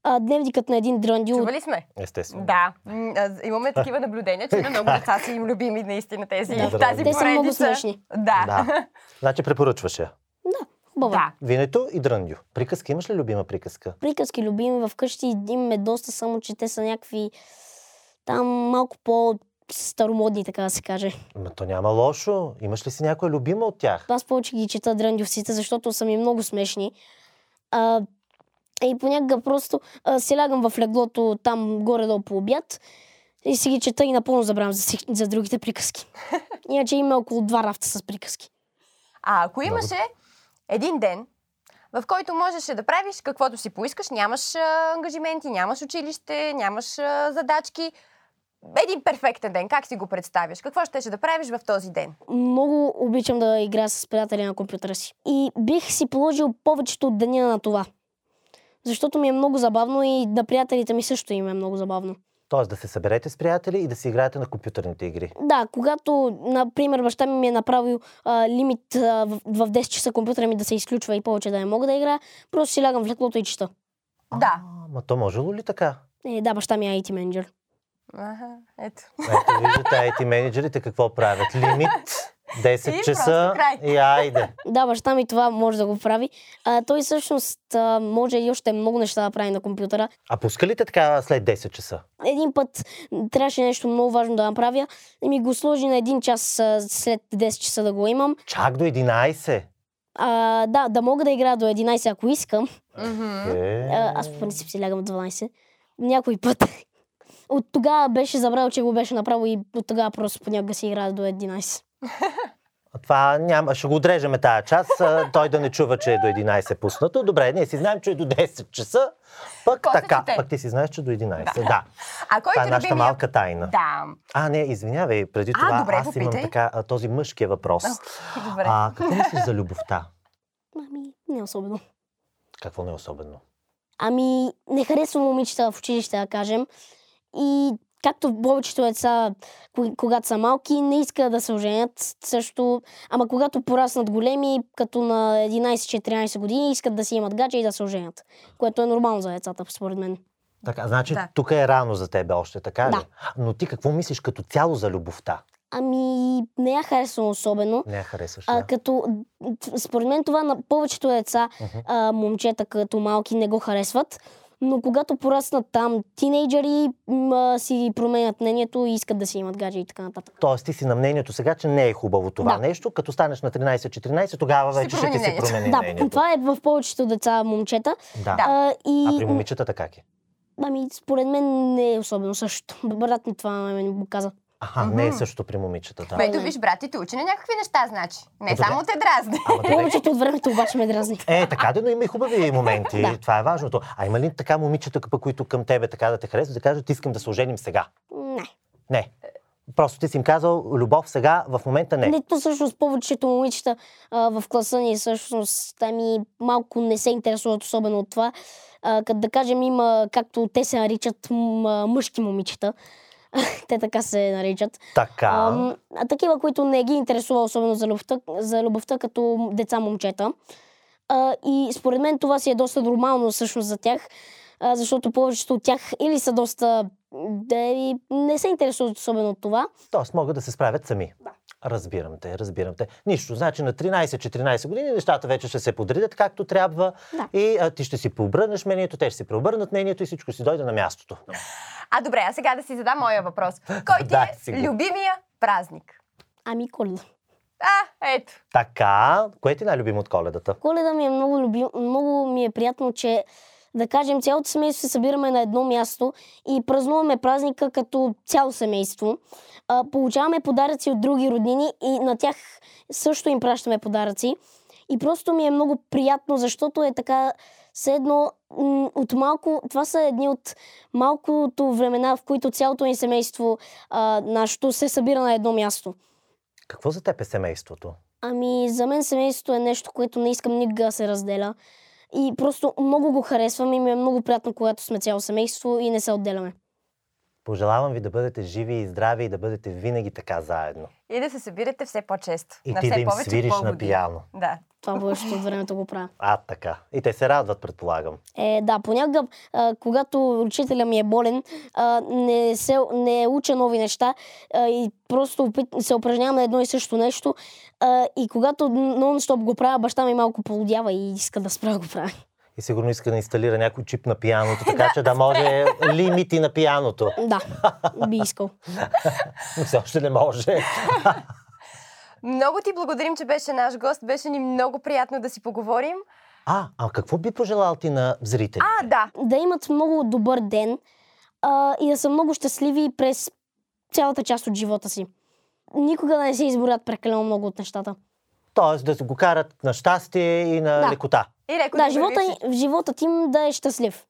Speaker 4: А, дневникът на един драндил от
Speaker 1: Чували сме?
Speaker 2: Естествено.
Speaker 1: Да. М, а, Имаме такива наблюдения, че на много деца са им любими наистина тези,
Speaker 2: Да.
Speaker 1: тази
Speaker 4: Те са много
Speaker 1: поредица.
Speaker 4: смешни.
Speaker 1: Да.
Speaker 2: Да. Значи препоръчваш я.
Speaker 4: Хубава.
Speaker 1: Да.
Speaker 2: Винето и дръндю. Приказки имаш ли любима приказка?
Speaker 4: Приказки любими вкъщи имаме доста, само че те са някакви там малко по-старомодни, така да се каже.
Speaker 2: Ма то няма лошо. Имаш ли си някоя любима от тях?
Speaker 4: Аз повече ги чета драндювците, защото са ми много смешни. А, и понякога просто а, си лягам в леглото там горе-долу по обяд и си ги чета и напълно забравям за, си- за другите приказки. Иначе има около два рафта с приказки.
Speaker 1: А ако
Speaker 2: Много.
Speaker 1: имаше един ден, в който можеше да правиш каквото си поискаш, нямаш а, ангажименти, нямаш училище, нямаш а, задачки, един перфектен ден, как си го представяш? Какво щеше да правиш в този ден?
Speaker 4: Много обичам да играя с приятели на компютъра си. И бих си положил повечето от деня на това. Защото ми е много забавно и на приятелите ми също им е много забавно.
Speaker 2: Тоест да се съберете с приятели и да си играете на компютърните игри.
Speaker 4: Да, когато, например, баща ми ми е направил а, лимит а, в, в 10 часа компютъра ми да се изключва и повече да не мога да играя, просто си лягам в леклото и чета.
Speaker 1: Да.
Speaker 2: А, Ма то можело ли така?
Speaker 4: Е, да, баща ми е IT менеджер.
Speaker 1: Аха, ето.
Speaker 2: Ето виждате IT менеджерите какво правят. Лимит, 10
Speaker 1: И
Speaker 2: часа
Speaker 1: просто край.
Speaker 2: и айде.
Speaker 4: Да, баща ми това може да го прави. А, той всъщност а, може и още много неща да прави на компютъра.
Speaker 2: А пуска ли те така след 10 часа?
Speaker 4: Един път трябваше нещо много важно да направя и ми го сложи на един час а, след 10 часа да го имам.
Speaker 2: Чак до 11.
Speaker 4: А, да, да мога да играя до 11, ако искам.
Speaker 1: Мгм.
Speaker 2: Е,
Speaker 4: А, аз по принцип си лягам в 12. Някой път. От тогава беше забрал, че го беше направил и от тогава просто понякога си играе до 11.
Speaker 2: Това няма. Ще го отрежеме тая част. а, Той да не чува, че е до 11 пуснато. Добре, ние си знаем, че е до 10 часа. Пък
Speaker 1: После
Speaker 2: така.
Speaker 1: чете.
Speaker 2: Пък ти си знаеш, че е до 11. Да.
Speaker 1: А кой
Speaker 2: Това е
Speaker 1: ти е
Speaker 2: нашата
Speaker 1: любимия?
Speaker 2: малка тайна.
Speaker 1: Да.
Speaker 2: А, не, извинявай, преди
Speaker 1: А,
Speaker 2: това
Speaker 1: добре,
Speaker 2: аз имам
Speaker 1: попитай.
Speaker 2: така а, този мъжкия въпрос.
Speaker 1: Добре.
Speaker 2: А, какво мислиш за любовта?
Speaker 4: Ами, не особено.
Speaker 2: Какво не е особено?
Speaker 4: Ами, не харесвам момичета в училище, да кажем. И както повечето деца, кои- когато са малки, не искат да се оженят. Също, ама когато пораснат големи, като на 11-14 години, искат да си имат гадже и да се оженят. Което е нормално за децата, според мен.
Speaker 2: Така, значи
Speaker 1: Да.
Speaker 2: тук е рано за тебе още, така
Speaker 4: Да.
Speaker 2: ли? Но ти какво мислиш като цяло за любовта?
Speaker 4: Ами, не я харесвам особено.
Speaker 2: Не я харесваш,
Speaker 4: А,
Speaker 2: да?
Speaker 4: като, според мен това на повечето деца,
Speaker 2: Мгм.
Speaker 4: а, момчета като малки не го харесват. Но когато пораснат там, тинейджери м, а, си променят мнението и искат да си имат гадже и така нататък.
Speaker 2: Тоест ти си на мнението сега, че не е хубаво това
Speaker 4: Да.
Speaker 2: нещо. Като станеш на 13-14, тогава
Speaker 1: Ще
Speaker 2: вече ще
Speaker 1: промени
Speaker 2: ти се
Speaker 1: мнението.
Speaker 2: промени
Speaker 4: Да,
Speaker 2: мнението.
Speaker 4: това е в повечето деца момчета.
Speaker 2: Да.
Speaker 4: А, и,
Speaker 2: А при момичетата как е?
Speaker 4: Ами, според мен не е особено също. Брат ми това на мен го каза.
Speaker 2: Аха, не е
Speaker 1: Мгм.
Speaker 2: също при момичетата.
Speaker 1: Ме, Ето виж, брат, ти те учи на някакви неща, значи. Не
Speaker 2: Е, добре.
Speaker 1: само те дразни.
Speaker 2: Ама добре.
Speaker 4: Повечето от времето обаче ме дразни.
Speaker 2: Е, така да, но има и хубави моменти.
Speaker 4: Да.
Speaker 2: Това е важното. А има ли така момичета, пък, които към тебе така да те харесват, да кажат, искам да се оженим сега?
Speaker 4: Не.
Speaker 2: Не. Просто ти си им казал, любов сега, в момента не.
Speaker 4: Не, то всъщност повечето момичета а, в класа ни всъщност там и малко не се интересуват особено от това. А, като да кажем има, както те се наричат, м- а, мъжки момичета. те така се наричат.
Speaker 2: Така.
Speaker 4: Ам, а такива, които не ги интересува особено за любовта, за любовта като деца момчета. А, и според мен това си е доста нормално всъщност за тях, а, защото повечето от тях или са доста... Да, и не се интересуват особено от това.
Speaker 2: Тоест могат да се справят сами. Разбирам те, разбирам те. Нищо, значи на 13-14 години нещата вече ще се подредят както трябва
Speaker 4: Да.
Speaker 2: и а, ти ще си пообърнеш мнението, те ще си преобърнат мнението и всичко си дойде на мястото.
Speaker 1: А добре, а сега да си задам моя въпрос. Кой ти
Speaker 2: Задай си
Speaker 1: е
Speaker 2: го.
Speaker 1: любимия празник?
Speaker 4: Ами коледа.
Speaker 1: А, ето.
Speaker 2: Така, кое ти е най-любимо от коледата?
Speaker 4: Коледа ми е много любим, много ми е приятно, че да кажем цялото семейство се събираме на едно място и празнуваме празника като цяло семейство. А, получаваме подаръци от други роднини и на тях също им пращаме подаръци. И просто ми е много приятно, защото е така все едно м, от малко, това са едни от малкото времена, в които цялото ни семейство, а, нашето, се събира на едно място.
Speaker 2: Какво за теб е семейството?
Speaker 4: Ами, за мен семейството е нещо, което не искам никога да се разделя. И просто много го харесвам и ми е много приятно, когато сме цяло семейство и не се отделяме.
Speaker 2: Пожелавам ви да бъдете живи и здрави и да бъдете винаги така заедно.
Speaker 1: И да се събирате все по-често.
Speaker 2: И
Speaker 1: на
Speaker 2: ти
Speaker 1: все
Speaker 2: да им
Speaker 1: повече
Speaker 2: свириш на
Speaker 1: поводи.
Speaker 2: пиано.
Speaker 1: Да.
Speaker 4: Това повечето от времето го правя.
Speaker 2: А, така. И те се радват, предполагам.
Speaker 4: Е, да, понякога, а, когато учителя ми е болен, а, не, се, не уча нови неща а, и просто опит, се упражнявам на едно и също нещо. А, и когато нон-стоп го правя, баща ми малко полудява и иска да спра да го правя.
Speaker 2: И сигурно иска да инсталира някой чип на пианото, така че да може лимити на пианото.
Speaker 4: Да, би искал.
Speaker 2: Но все още не може.
Speaker 1: Много ти благодарим, че беше наш гост. Беше ни много приятно да си поговорим.
Speaker 2: А, а какво би пожелал ти на зрители?
Speaker 1: А, да.
Speaker 4: да имат много добър ден а, и да са много щастливи през цялата част от живота си. Никога да не се изборят прекалено много от нещата.
Speaker 2: Тоест да го карат на щастие и на
Speaker 4: Да.
Speaker 2: лекота.
Speaker 1: И леко
Speaker 4: да,
Speaker 1: ти върви
Speaker 4: живота,
Speaker 1: всичко.
Speaker 4: в животът им да е щастлив.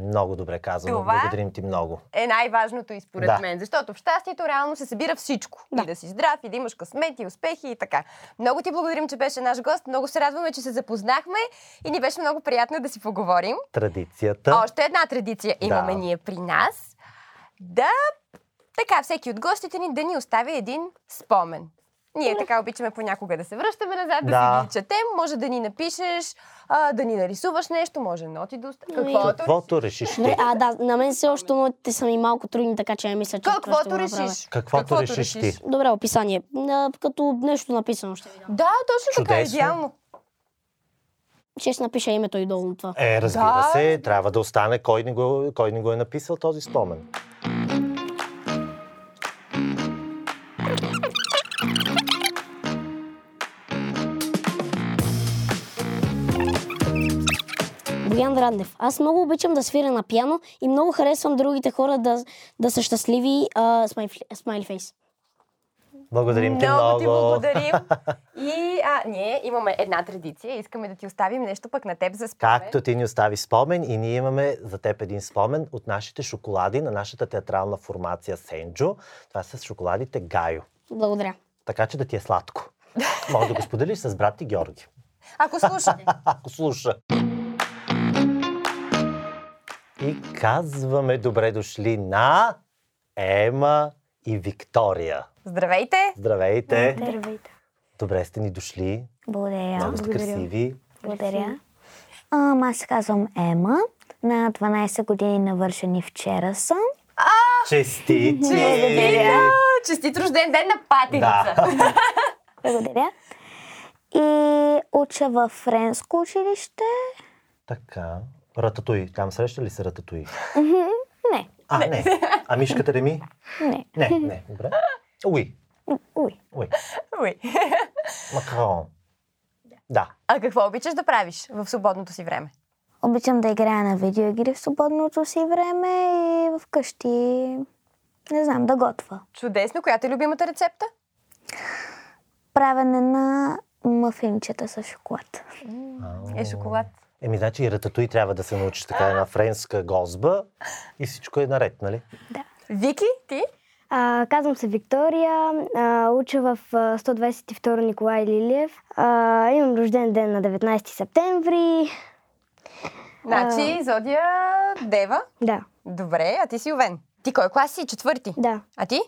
Speaker 2: Много добре казано.
Speaker 1: Това е.
Speaker 2: Благодарим ти много.
Speaker 1: е най-важното и според
Speaker 2: Да.
Speaker 1: мен. Защото в щастието реално се събира всичко.
Speaker 4: Да.
Speaker 1: И да си здрав, и да имаш късмет, и успехи, и така. Много ти благодарим, че беше наш гост. Много се радваме, че се запознахме и ни беше много приятно да си поговорим.
Speaker 2: Традицията.
Speaker 1: Още една традиция
Speaker 2: Да.
Speaker 1: имаме ние при нас. Да, така, всеки от гостите ни да ни остави един спомен. Ние така обичаме понякога да се връщаме назад, да,
Speaker 2: Да.
Speaker 1: си ги четем, може да ни напишеш, а, да ни нарисуваш нещо, може ноти да оставиш,
Speaker 4: Ами-
Speaker 1: каквото,
Speaker 2: Каквото решиш ти.
Speaker 4: Добре, Нали? а, да, на мен все още нотите са ми малко трудни, така че мисля, че това ще
Speaker 1: каквото
Speaker 4: го направя.
Speaker 1: решиш.
Speaker 2: Каквото решиш ти.
Speaker 4: Добре, описание. А, като нещо написано ще ви дам.
Speaker 1: Да, точно така,
Speaker 2: Чудесно.
Speaker 1: идеално.
Speaker 4: Ще си напиша името и долу на това.
Speaker 2: Е, разбира
Speaker 1: Да.
Speaker 2: се, трябва да остане кой ни, го, кой ни го е написал този спомен.
Speaker 4: Боян Рандев. Аз много обичам да свиря на пиано и много харесвам другите хора да, да са щастливи. А, смайф- смайли фейс.
Speaker 2: Благодарим ти
Speaker 1: много
Speaker 2: много.
Speaker 1: ти благодарим. И а, ние имаме една традиция. Искаме да ти оставим нещо пък на теб за спомен.
Speaker 2: Както ти ни остави спомен и ние имаме за теб един спомен от нашите шоколади на нашата театрална формация Сенджо. Това са шоколадите Гайо.
Speaker 4: Благодаря.
Speaker 2: Така че да ти е сладко. Може да го споделиш с брат ти Георги.
Speaker 1: Ако слушате.
Speaker 2: Ако слуша. И казваме добре дошли на Ема и Виктория.
Speaker 1: Здравейте!
Speaker 2: Здравейте!
Speaker 5: Здравейте.
Speaker 2: Добре сте ни дошли.
Speaker 5: Благодаря.
Speaker 2: Много сте красиви.
Speaker 5: Благодаря. Ам, аз се казвам Ема. На 12 години навършени вчера съм.
Speaker 2: Чести!
Speaker 1: Честито! Честит рожден ден на патеница!
Speaker 2: Е! Да.
Speaker 5: Благодаря. И уча в френско училище.
Speaker 2: Така. Рататуй. Там среща ли се Рататуй?
Speaker 5: Не,
Speaker 2: А, не. А мишката Реми?
Speaker 5: не.
Speaker 2: Не, не. Добре. Уи.
Speaker 5: Уй.
Speaker 2: Уи.
Speaker 1: Уи.
Speaker 2: Макарон. Да.
Speaker 1: А какво обичаш да правиш в свободното си време?
Speaker 5: Обичам да играя на видеоигри в свободното си време и вкъщи, не знам, да готва.
Speaker 1: Чудесно! Която е любимата рецепта?
Speaker 5: Правене на мафинчета с шоколад.
Speaker 1: Е шоколад.
Speaker 2: Еми, значи и рататуй трябва да се научиш така една френска гозба и всичко е наред, нали?
Speaker 1: Вики, ти?
Speaker 6: А, казвам се Виктория, а, уча в а, 122 Николай Лилиев. А, имам рожден ден на 19 септември.
Speaker 1: Значи, Зодия Дева.
Speaker 6: Да,
Speaker 1: Добре, а ти си Овен. Ти кой клас си? Четвърти.
Speaker 6: да,
Speaker 1: А ти?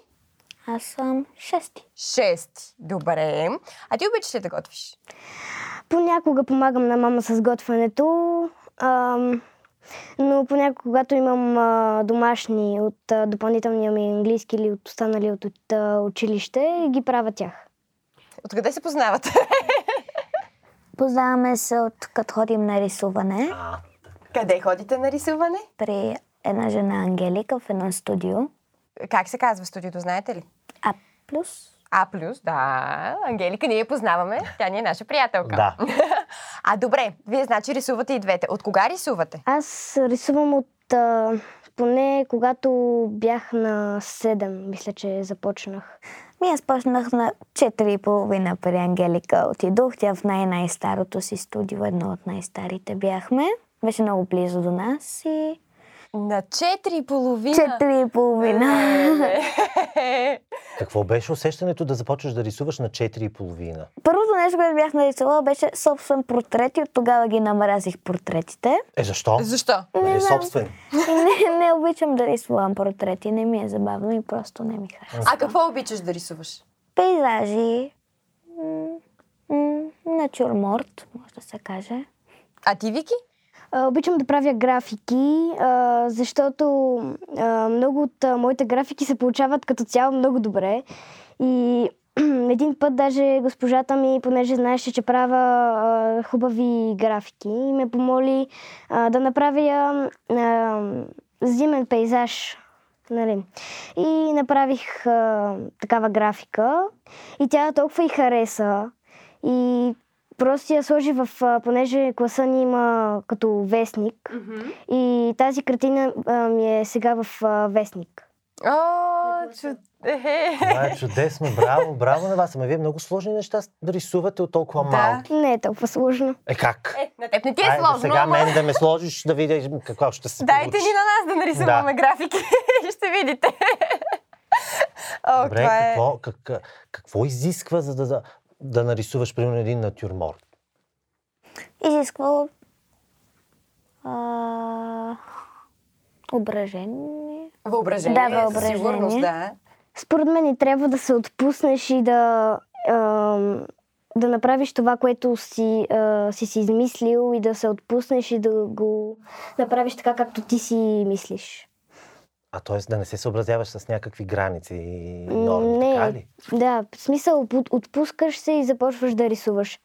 Speaker 5: Аз съм шести.
Speaker 1: Шести. Добре. А ти обичаш ли да готвиш?
Speaker 6: Понякога помагам на мама с готвенето, ам, но понякога, когато имам а, домашни от а, допълнителния ми английски или от останали от, от а, училище, ги правя тях.
Speaker 1: Откъде се познавате?
Speaker 5: Познаваме се от като ходим на рисуване
Speaker 2: А,
Speaker 1: Къде ходите на рисуване?
Speaker 5: при една жена Ангелика в едно студио.
Speaker 1: Как се казва студиото, знаете ли?
Speaker 5: А плюс
Speaker 1: А плюс, да. Ангелика, ние я познаваме. Тя ни е наша приятелка.
Speaker 2: да.
Speaker 1: А добре, вие значи рисувате и двете. От кога рисувате?
Speaker 6: Аз рисувам от а, поне когато бях на 7, мисля, че започнах.
Speaker 5: ми аз почнах на 4,5 при Ангелика. Отидох тя в най-най-старото си студио, едно от най-старите бяхме. Беше много близо до нас и
Speaker 1: На четири и половина.
Speaker 5: 4,5.
Speaker 2: Какво беше усещането да започнеш да рисуваш на 4,5?
Speaker 5: Първото нещо, което бях нарисувала, беше собствен портрет и от тогава ги намразих портретите.
Speaker 2: Е, защо?
Speaker 1: Защо?
Speaker 2: Нали, собствен.
Speaker 5: не, не обичам да рисувам портрети, не ми е забавно и просто не ми харесва.
Speaker 1: А какво обичаш да рисуваш?
Speaker 5: Пейзажи, м- м- натюрморт, може да се каже.
Speaker 1: А ти, Вики?
Speaker 6: А, Обичам да правя графики, а, защото а, много от а, моите графики се получават като цяло много добре. И един път даже госпожата ми, понеже знаеше, че правя а, хубави графики, ме помоли а, да направя а, зимен пейзаж. Нали? И направих а, такава графика и тя толкова и хареса. И просто я сложи в, а, понеже класа ни има като вестник. И тази картина а, ми е сега в а, вестник.
Speaker 1: О, чуд... Ехе.
Speaker 2: Това е чудесно. Браво, браво на вас. Ама вие много сложни неща да рисувате от толкова
Speaker 1: Да.
Speaker 2: малко.
Speaker 6: Не е толкова сложно.
Speaker 2: Е, как?
Speaker 1: Е, на теб не ти е
Speaker 2: Айде
Speaker 1: сложно.
Speaker 2: сега
Speaker 1: ама
Speaker 2: мен да ме сложиш да видя какво ще се
Speaker 1: Дайте
Speaker 2: получи.
Speaker 1: ни на нас да нарисуваме графики и ще видите. О,
Speaker 2: Добре,
Speaker 1: това е...
Speaker 2: какво, как, какво изисква, за да, да, да нарисуваш, примерно, един натюрморт?
Speaker 5: Изисква а, ображение.
Speaker 1: Въображение.
Speaker 5: Да, въображение.
Speaker 1: Сигурност, да.
Speaker 6: Според мен и трябва да се отпуснеш и да, ам, да направиш това, което си, а, си си измислил и да се отпуснеш и да го направиш така, както ти си мислиш.
Speaker 2: А т.е. да не се съобразяваш с някакви граници и
Speaker 6: М,
Speaker 2: норми,
Speaker 6: не.
Speaker 2: така ли?
Speaker 6: Да, в смисъл от- отпускаш се и започваш да рисуваш.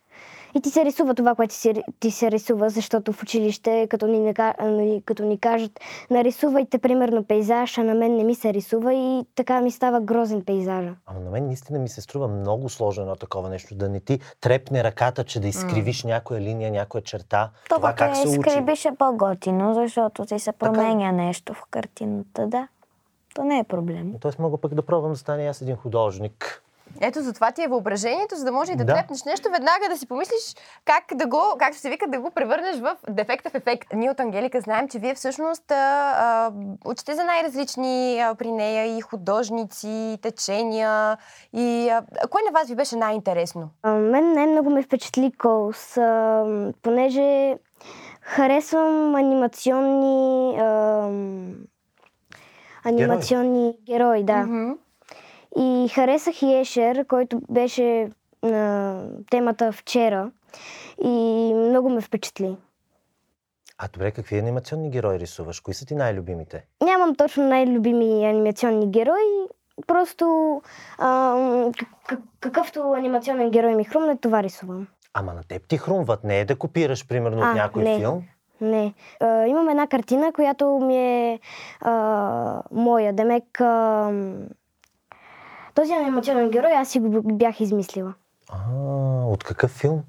Speaker 6: И ти се рисува това, което ти се, ти се рисува, защото в училище, като ни, нака- а, нали, като ни кажат, нарисувайте примерно пейзаж, а на мен не ми се рисува и така ми става грозен пейзажа.
Speaker 2: Ама на мен наистина ми се струва много сложно едно такова нещо, да не ти трепне ръката, че да изкривиш някоя линия, някоя черта.
Speaker 5: То
Speaker 2: Това
Speaker 5: като
Speaker 2: как
Speaker 5: я
Speaker 2: се учи?
Speaker 5: изкривиш е по-готино, защото ти се
Speaker 2: ли?
Speaker 5: променя нещо в картината, да. То не е проблем.
Speaker 2: Тоест мога пък да пробвам да стане и аз един художник.
Speaker 1: Ето за това ти е въображението, за да можеш да, да
Speaker 2: Да.
Speaker 1: трепнеш нещо, веднага да си помислиш как да го, как се вика, да го превърнеш в дефекта в ефект. Ние от Ангелика знаем, че вие всъщност а, а, учите за най-различни а, при нея и художници, и течения. И, а, а кое на вас ви беше най-интересно?
Speaker 6: А, мен най-много ме впечатли Коулс, а, понеже харесвам анимационни ам, анимационни герои, да.
Speaker 1: Мгм.
Speaker 6: И харесах и Ешер, който беше на темата вчера. И много ме впечатли.
Speaker 2: А добре, какви анимационни герои рисуваш? Кои са ти най-любимите?
Speaker 6: Нямам точно най-любими анимационни герои. Просто ам, к- какъвто анимационен герой ми хрумне, това рисувам.
Speaker 2: Ама на теб ти хрумват. Не е да копираш, примерно, от
Speaker 6: А,
Speaker 2: някой
Speaker 6: не.
Speaker 2: филм.
Speaker 6: Не. А, имам една картина, която ми е а, моя. Демек, а, този анимационен герой аз си го бях измислила.
Speaker 2: А, от какъв филм?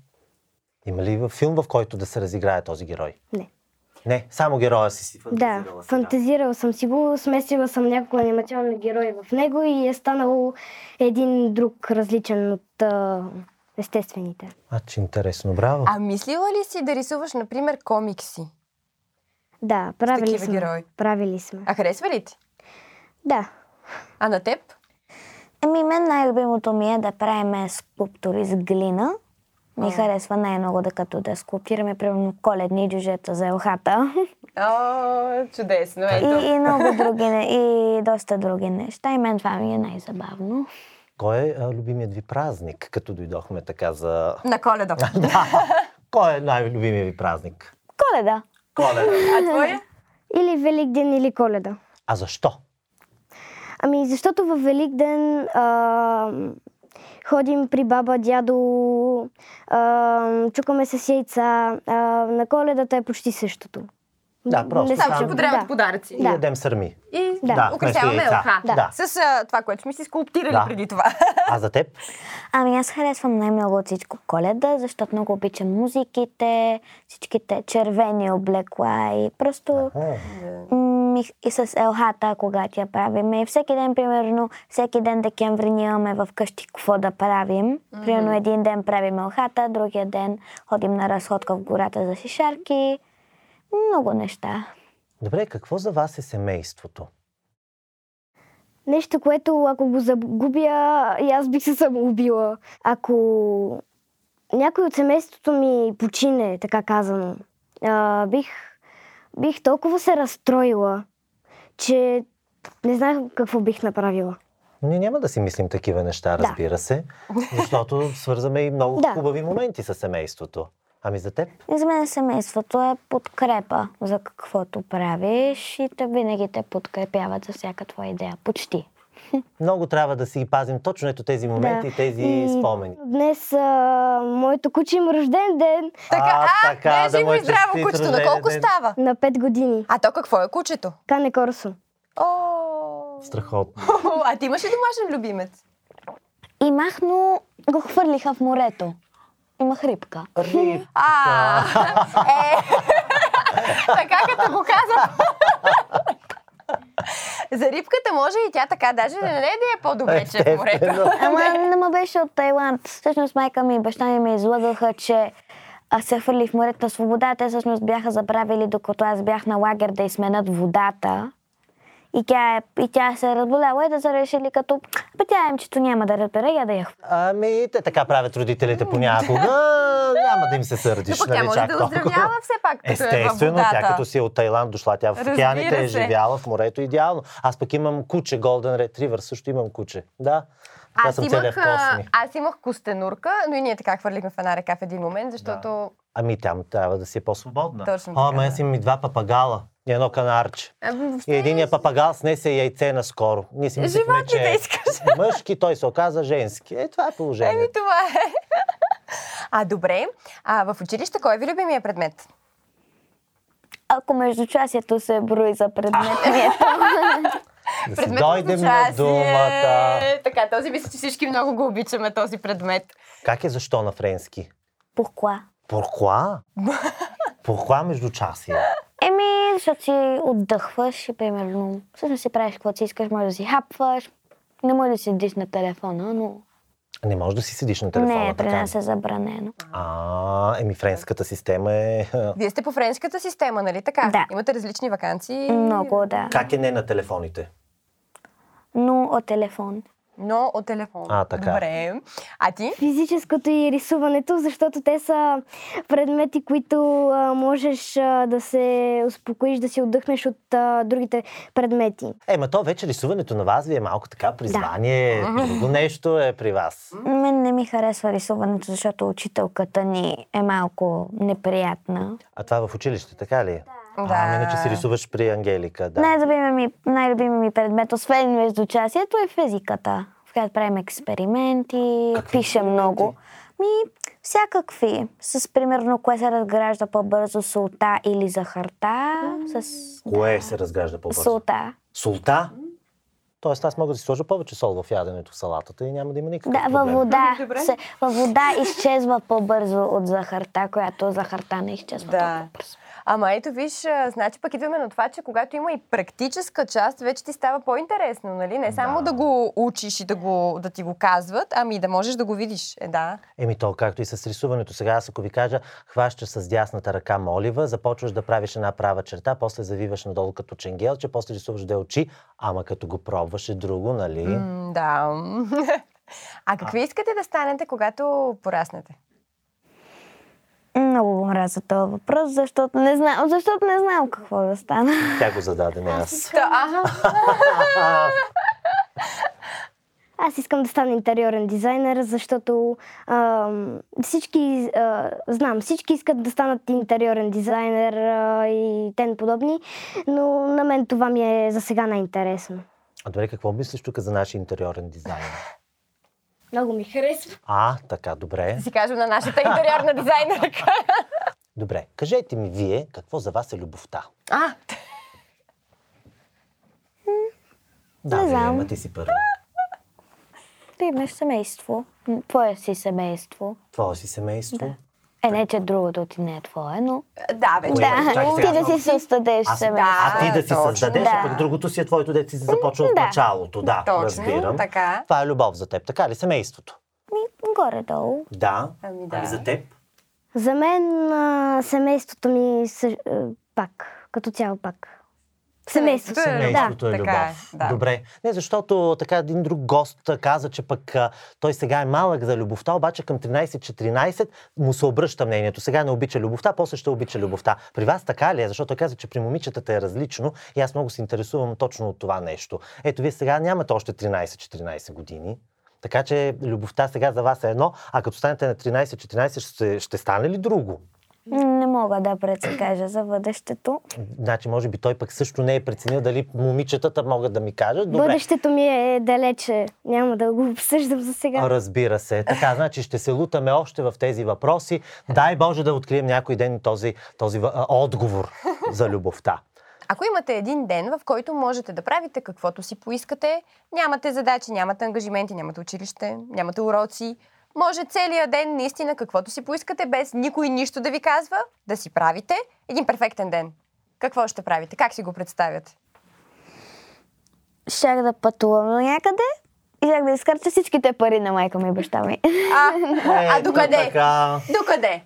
Speaker 2: Има ли във филм, в който да се разиграе този герой?
Speaker 6: Не.
Speaker 2: Не, само героя си си
Speaker 6: Да,
Speaker 2: фантазирала сега.
Speaker 6: фантазирала съм си го, смесила съм няколко анимационни герои в него и е станал един друг, различен от а, естествените.
Speaker 2: А, че интересно, браво.
Speaker 1: А мислила ли си да рисуваш, например, комикси?
Speaker 6: Да, правили
Speaker 1: такива
Speaker 6: сме.
Speaker 1: герои.
Speaker 6: Правили сме.
Speaker 1: А харесва ли ти?
Speaker 6: Да.
Speaker 1: А на теб?
Speaker 5: Еми, мен най-любимото ми е да правим скулптури с глина. Ми харесва най-много да като да скулптираме, примерно, коледни джужета за елхата.
Speaker 1: О, чудесно,
Speaker 5: И,
Speaker 1: ето.
Speaker 5: и много други, не- и доста други неща. И мен това ми е най-забавно.
Speaker 2: Кой е а, любимият ви празник, като дойдохме така за...
Speaker 1: На коледа.
Speaker 2: да. Кой е най-любимият ви празник?
Speaker 5: Коледа.
Speaker 6: е?
Speaker 2: Коледа.
Speaker 1: А твоя?
Speaker 6: Или Великден, или Коледа.
Speaker 2: А защо?
Speaker 6: Ами, защото във Великден а, ходим при баба, дядо, а, чукаме с яйца. А, на коледата е почти същото.
Speaker 2: Да, просто
Speaker 6: се
Speaker 1: Само ще
Speaker 2: само-
Speaker 1: подребат
Speaker 6: Да.
Speaker 1: подаръци.
Speaker 2: И
Speaker 6: Да.
Speaker 2: ядем сърми.
Speaker 1: И
Speaker 6: Да.
Speaker 2: Да,
Speaker 1: украсяваме
Speaker 2: вместо яйца.
Speaker 1: елха.
Speaker 2: Да.
Speaker 1: С а, това, което сме си скулптирали
Speaker 2: Да.
Speaker 1: преди това.
Speaker 2: А за теб?
Speaker 5: Ами аз харесвам най-много от всичко коледа, защото много обичам музиките, всичките червени облекла и просто
Speaker 2: М,
Speaker 5: м, и, и с елхата, когато я правиме. И всеки ден, примерно, всеки ден декември ние имаме в къщи какво да правим. Примерно един ден правим елхата, другия ден ходим на разходка в гората за шишарки. Много неща.
Speaker 2: Добре, какво за вас е семейството?
Speaker 6: Нещо, което ако го загубя, и аз бих се самоубила. Ако някой от семейството ми почине, така казано, а, бих, бих толкова се разстроила, че не знаех какво бих направила.
Speaker 2: Но ние няма да си мислим такива неща,
Speaker 6: Да.
Speaker 2: разбира се, защото свързваме и много
Speaker 6: Да.
Speaker 2: хубави моменти с семейството. Ами за теб?
Speaker 5: И за мен семейството е подкрепа за каквото правиш и те винаги те подкрепяват за всяка твоя идея. Почти.
Speaker 2: Много трябва да си ги пазим точно ето тези моменти и тези
Speaker 6: И
Speaker 2: спомени.
Speaker 6: Днес а, моето куче има рожден ден
Speaker 1: Така, а,
Speaker 2: така,
Speaker 1: да е
Speaker 2: да
Speaker 1: живо
Speaker 2: му е
Speaker 1: и здраво
Speaker 2: честит
Speaker 1: кучето. На
Speaker 2: рожден
Speaker 1: колко
Speaker 2: ден.
Speaker 1: става?
Speaker 6: на 5 години.
Speaker 1: А то какво е кучето?
Speaker 6: Кане Корсо.
Speaker 1: О,
Speaker 2: Страхотно.
Speaker 1: а ти имаш ли домашен любимец?
Speaker 5: Имах, но го хвърлиха в морето. Имах рибка.
Speaker 2: Рип.
Speaker 1: А, е, така като го каза. За рибката може и тя така, даже не е да е по-добре, че е в морето.
Speaker 2: Естествено.
Speaker 5: Ама не ме беше от Тайланд. Всъщност майка ми и баща ми ме излагаха, че а, се хвърли в морето на свобода. Те всъщност бяха забравили, докато аз бях на лагер да изменят водата. И тя, е- и тя се е разболяла и да са решили като... Бе, тя емчето няма да разбере, я да я хвърля.
Speaker 2: Ами, те така правят родителите понякога. Няма да им се
Speaker 1: Но
Speaker 2: сърдиш.
Speaker 1: пък тя
Speaker 2: нали,
Speaker 1: може
Speaker 2: чак
Speaker 1: да
Speaker 2: толкова.
Speaker 1: оздравява все пак, като е във
Speaker 2: Естествено,
Speaker 1: водата.
Speaker 2: тя като си е от Тайланд дошла, тя в
Speaker 1: Разбира
Speaker 2: океаните е
Speaker 1: се.
Speaker 2: живяла, в морето идеално. Аз пък имам куче, Golden Retriever, също имам куче. Да, аз съм целия в
Speaker 1: а,
Speaker 2: косми.
Speaker 1: аз имах костенурка, но и ние така хвърлихме в една река в един момент, защото...
Speaker 2: Ами там трябва да си е по-свободна.
Speaker 1: Точно
Speaker 2: О,
Speaker 1: така,
Speaker 2: ама
Speaker 1: да. Ами,
Speaker 2: аз имам и два папагала и едно канарче.
Speaker 1: Да.
Speaker 2: И единия папагал снесе яйце наскоро. Ние си мислихме,
Speaker 1: Животните
Speaker 2: че е
Speaker 1: искаш.
Speaker 2: мъжки, той се оказа женски. Е, това е положението.
Speaker 1: Еми това е. А, добре. А в училище кой е ви любимия предмет?
Speaker 5: Ако междучасието се брои за предмет ми е
Speaker 2: Да си
Speaker 1: Предмет
Speaker 2: дойдем на
Speaker 1: означава си,
Speaker 2: думата.
Speaker 1: е, Така, този мисля, че всички много го обичаме, този предмет.
Speaker 2: Как е защо на френски?
Speaker 5: пухла.
Speaker 2: Поркла? Поркла между часи.
Speaker 5: Еми, защото си отдъхваш и примерно, всъщност си правиш каквото си искаш, може да си хапваш, не може да си диш на телефона, но
Speaker 2: Не може да си седиш на телефона.
Speaker 5: не, при
Speaker 2: така.
Speaker 5: нас е забранено.
Speaker 2: А, еми френската система е...
Speaker 1: Вие сте по френската система, нали така?
Speaker 5: Да.
Speaker 1: Имате различни вакансии.
Speaker 5: Много, да.
Speaker 2: Как е не на телефоните?
Speaker 5: Но от телефон.
Speaker 1: но от телефона.
Speaker 2: А, така.
Speaker 1: Добре. А ти?
Speaker 6: Физическото и рисуването, защото те са предмети, които а, можеш а, да се успокоиш, да си отдъхнеш от а, другите предмети.
Speaker 2: Е, ма то вече рисуването на вас ви е малко така призвание. Друго нещо е при вас.
Speaker 5: Мен не ми харесва рисуването, защото учителката ни е малко неприятна.
Speaker 2: А това е в училище, така ли? Да. А, иначе си рисуваш при Ангелика, да.
Speaker 5: Най-любимия ми, най-любимия ми предмет, освен междучасието, е физиката, в която правим експерименти, пишем много. Ми, всякакви. С, примерно, кое се разгражда по-бързо, солта или захарта. С...
Speaker 2: Кое се разгражда по-бързо?
Speaker 5: Солта.
Speaker 2: Солта? Тоест аз мога да си сложа повече сол в яденето в салатата и няма да има никакъв
Speaker 5: Да, във
Speaker 2: проблем.
Speaker 5: вода.
Speaker 1: Добре.
Speaker 5: Се, във вода изчезва по-бързо от захарта, която захарта не изчезва
Speaker 1: Да.
Speaker 5: толкова бързо.
Speaker 1: Ама ето виж, а, значи пък идваме на това, че когато има и практическа част, вече ти става по-интересно, нали? Не само да,
Speaker 2: Да.
Speaker 1: го учиш и да, го, да ти го казват, ами и да можеш да го видиш. Е, да.
Speaker 2: Еми то, както и с рисуването. Сега аз ако ви кажа, хващаш с дясната ръка молива, започваш да правиш една права черта, после завиваш надолу като ченгелче, после рисуваш две очи, ама като го пробваш е друго, нали?
Speaker 1: М, да. А какви искате да станете, когато пораснете?
Speaker 5: Много го мразя този въпрос, защото не знам, защото не знам какво да стана.
Speaker 2: Тя го зададе, не аз.
Speaker 1: Та, аха.
Speaker 6: Аз искам да стана интериорен дизайнер, защото ам, всички, а, знам, всички искат да станат интериорен дизайнер а, и тен подобни, но на мен това ми е за сега най-интересно.
Speaker 2: А добре, какво мислиш тук за нашия интериорен дизайн?
Speaker 6: Много ми харесва.
Speaker 2: А, така, добре.
Speaker 1: Да си кажем на нашата интериорна дизайнерка.
Speaker 2: Добре, кажете ми вие, какво за вас е любовта?
Speaker 1: А,
Speaker 2: Да, не знам. Вие, ама ти си първа.
Speaker 5: Ти имаш семейство. М, Твое си семейство.
Speaker 2: Твое си семейство.
Speaker 5: Е, не, че другото ти не е твое, но...
Speaker 1: да, вече.
Speaker 2: Да.
Speaker 5: Да,
Speaker 2: чакай
Speaker 5: ти
Speaker 2: сега.
Speaker 5: да си създадеш
Speaker 2: Аз,
Speaker 5: семейство.
Speaker 2: а ти да си
Speaker 1: точно.
Speaker 2: създадеш, а
Speaker 5: Да.
Speaker 2: пък другото си е твоето дете си започва от
Speaker 5: Да.
Speaker 2: началото. Да,
Speaker 1: Точно,
Speaker 2: разбирам.
Speaker 1: така.
Speaker 2: Това е любов за теб, така ли? Семейството.
Speaker 5: Ми, Горе-долу.
Speaker 2: Да.
Speaker 1: Ами да.
Speaker 2: Ами за теб?
Speaker 6: За мен а, семейството ми съ... а, пак, като цяло пак. Семейството.
Speaker 1: Семейството е
Speaker 6: Да.
Speaker 2: Семейството е
Speaker 1: така
Speaker 2: любов.
Speaker 1: е, да.
Speaker 2: Добре. Не, защото така един друг гост а, каза, че пък а, той сега е малък за любовта, обаче към 13-14 му се обръща мнението. Сега не обича любовта, после ще обича любовта. При вас така ли е? Защото той каза, че при момичетата е различно и аз много се интересувам точно от това нещо. Ето, вие сега нямате още 13-14 години. Така че любовта сега за вас е едно, а като станете на 13-14 ще, ще стане ли друго?
Speaker 5: М, Не мога да предсекажа за бъдещето.
Speaker 2: Значи, може би той пък също не е преценил дали момичетата могат да ми кажат. Добре,
Speaker 6: Бъдещето ми е далече. Няма да го обсъждам за сега.
Speaker 2: Разбира се. Така, значи ще се лутаме още в тези въпроси. Дай Боже да открием някой ден този, този въ- а, отговор за любовта.
Speaker 1: Ако имате един ден, в който можете да правите каквото си поискате, нямате задачи, нямате ангажименти, нямате училище, нямате уроци, може целият ден наистина каквото си поискате, без никой нищо да ви казва, да си правите един перфектен ден. Какво ще правите? Как си го представяте?
Speaker 5: Щях да пътувам до някъде и щях да изкарча всичките пари на майка ми и баща ми.
Speaker 1: А, а
Speaker 2: Ето
Speaker 1: докъде?
Speaker 2: Е, Така.
Speaker 1: Докъде?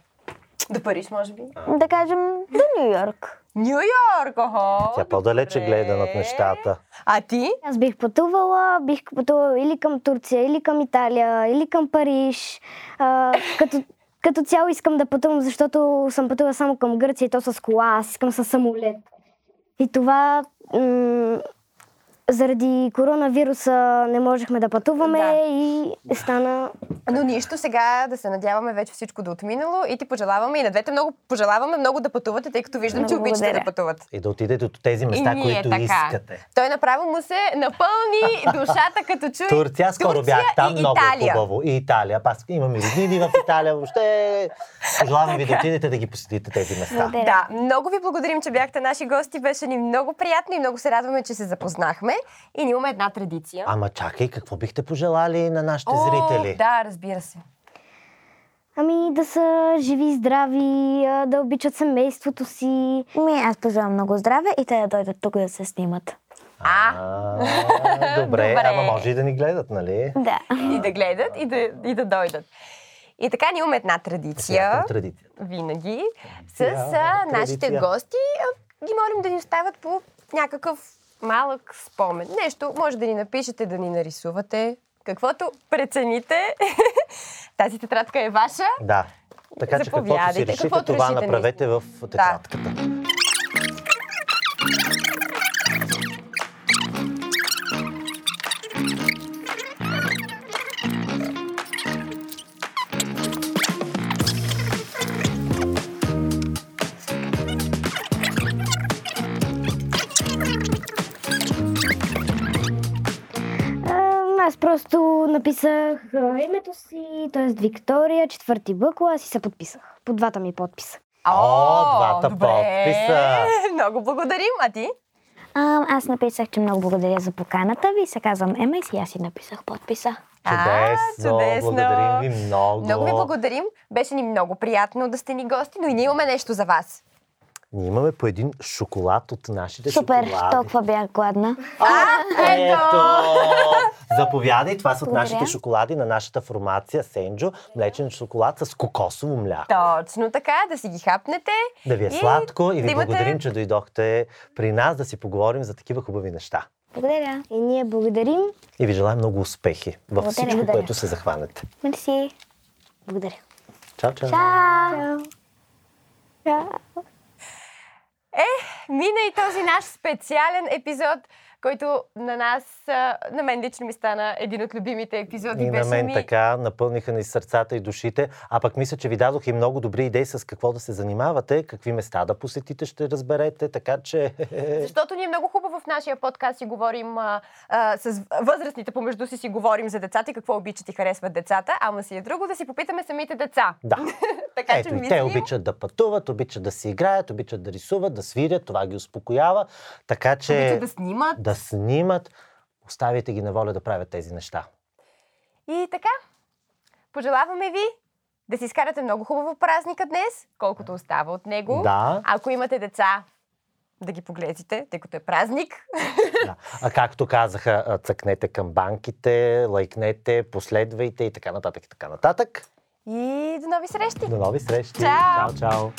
Speaker 1: До Париж, може би.
Speaker 5: да кажем, до Нью Йорк.
Speaker 1: Нью Йорк, охо!
Speaker 2: Тя по-далече
Speaker 1: добре.
Speaker 2: гледа над нещата.
Speaker 1: А ти?
Speaker 6: Аз бих пътувала, бих пътувала или към Турция, или към Италия, или към Париж. А, като, като цяло искам да пътувам, защото съм пътувала само към Гърция и то с кола, аз искам с самолет. И това м- заради коронавируса не можехме да пътуваме
Speaker 1: Да.
Speaker 6: и стана...
Speaker 1: Но нищо сега да се надяваме вече всичко да е отминало и ти пожелаваме и на двете много пожелаваме много да пътувате, тъй като виждам, че обичате да
Speaker 5: Благодаря.
Speaker 1: пътуват.
Speaker 2: И да отидете до тези места,
Speaker 1: ние
Speaker 2: които
Speaker 1: така.
Speaker 2: искате.
Speaker 1: Той направо му се напълни душата, като чуе
Speaker 2: Турция, скоро
Speaker 1: Турция
Speaker 2: бях там,
Speaker 1: и
Speaker 2: много е
Speaker 1: Италия.
Speaker 2: хубаво. И Италия. Аз имам и роднини в Италия, въобще. Пожелавам ви да отидете да ги посетите тези места.
Speaker 5: Благодаря.
Speaker 1: Да, много ви благодарим, че бяхте наши гости. Беше ни много приятно и много се радваме, че се запознахме. И ни имаме една традиция.
Speaker 2: Ама чакай, какво бихте пожелали на нашите
Speaker 1: О,
Speaker 2: зрители?
Speaker 1: Да, разбира се.
Speaker 6: Ами да са живи и здрави, а, да обичат семейството си.
Speaker 5: Ми, Ами, аз пожелавам много здраве и те да дойдат тук да се снимат.
Speaker 1: А,
Speaker 2: А,
Speaker 1: Добре.
Speaker 2: добре, ама може и да ни гледат, нали?
Speaker 5: Да.
Speaker 1: и да гледат, и да, и да дойдат. И така ни имаме една традиция.
Speaker 2: Приятна традиция.
Speaker 1: винаги с
Speaker 2: Тя
Speaker 1: а, нашите
Speaker 2: традиция.
Speaker 1: гости. а, Ги молим да ни оставят по някакъв малък спомен. Нещо, може да ни напишете, да ни нарисувате, каквото прецените. Тази тетрадка е ваша.
Speaker 2: Да. Така че каквото си
Speaker 1: Заповядайте,
Speaker 2: решите,
Speaker 1: каквото
Speaker 2: това
Speaker 1: решите,
Speaker 2: направете в тетрадката.
Speaker 6: Ам, Аз просто написах а, името си, т.е. Виктория, четвърти бъкла, аз си се подписах. По двата ми подписа.
Speaker 2: О, двата
Speaker 1: добре.
Speaker 2: подписа.
Speaker 1: Много благодарим. А ти?
Speaker 5: А, аз написах, че много благодаря за поканата ви. Се казвам Ема и си аз си написах подписа.
Speaker 1: А,
Speaker 2: Чудесно. Благодарим ви много.
Speaker 1: Много ви благодарим. Беше ни много приятно да сте ни гости, но и ние имаме нещо за вас.
Speaker 2: Ние имаме по един шоколад от нашите
Speaker 5: Супер,
Speaker 2: шоколади.
Speaker 5: толкова бях гладна.
Speaker 2: Ето! Заповядай, това са от
Speaker 5: Благодаря.
Speaker 2: нашите шоколади на нашата формация Сенджо. Млечен шоколад с кокосово мляко.
Speaker 1: Точно така, да си ги хапнете.
Speaker 2: Да ви е
Speaker 1: И
Speaker 2: сладко и
Speaker 1: да
Speaker 2: ви
Speaker 1: имате-
Speaker 2: благодарим, че дойдохте при нас да си поговорим за такива хубави неща.
Speaker 5: Благодаря.
Speaker 6: И ние благодарим.
Speaker 2: И ви желаем много успехи във всичко,
Speaker 5: благодаря.
Speaker 2: което се захванете.
Speaker 5: Мерси.
Speaker 6: Благодаря.
Speaker 2: Чао, чао!
Speaker 1: Мина и този наш специален епизод, който на нас, а, на мен лично ми стана един от любимите епизоди.
Speaker 2: И на
Speaker 1: Беше
Speaker 2: мен
Speaker 1: ми...
Speaker 2: така напълниха ни сърцата и душите, а пък мисля, че ви дадох и много добри идеи с какво да се занимавате, какви места да посетите, ще разберете, така че...
Speaker 1: Защото ние много хубаво в нашия подкаст си говорим а, а, с възрастните помежду си си говорим за децата и какво обичат и харесват децата, ама си е друго да си попитаме самите деца.
Speaker 2: Да,
Speaker 1: Така че
Speaker 2: ето и те
Speaker 1: мислим,
Speaker 2: обичат да пътуват, обичат да си играят, обичат да рисуват, да свирят, това ги успокоява, така че
Speaker 1: обичат да снимат.
Speaker 2: да снимат, оставяйте ги на воля да правят тези неща.
Speaker 1: И така, пожелаваме ви да си изкарате много хубаво празника днес, колкото остава от него.
Speaker 2: Да.
Speaker 1: Ако имате деца, да ги поглезите, тъй като е празник.
Speaker 2: Да. А както казаха, а, цъкнете към банките, лайкнете, последвайте и така нататък и така нататък.
Speaker 1: И до нови срещи!
Speaker 2: До нови срещи!
Speaker 1: Чао!
Speaker 2: чао! чао.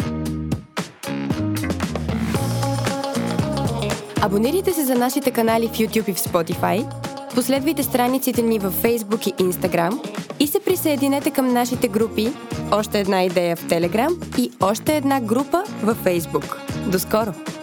Speaker 7: Абонирайте се за нашите канали в YouTube и в Spotify, последвайте страниците ни във Facebook и Instagram и се присъединете към нашите групи Още една идея в Telegram и Още една група във Facebook. До скоро!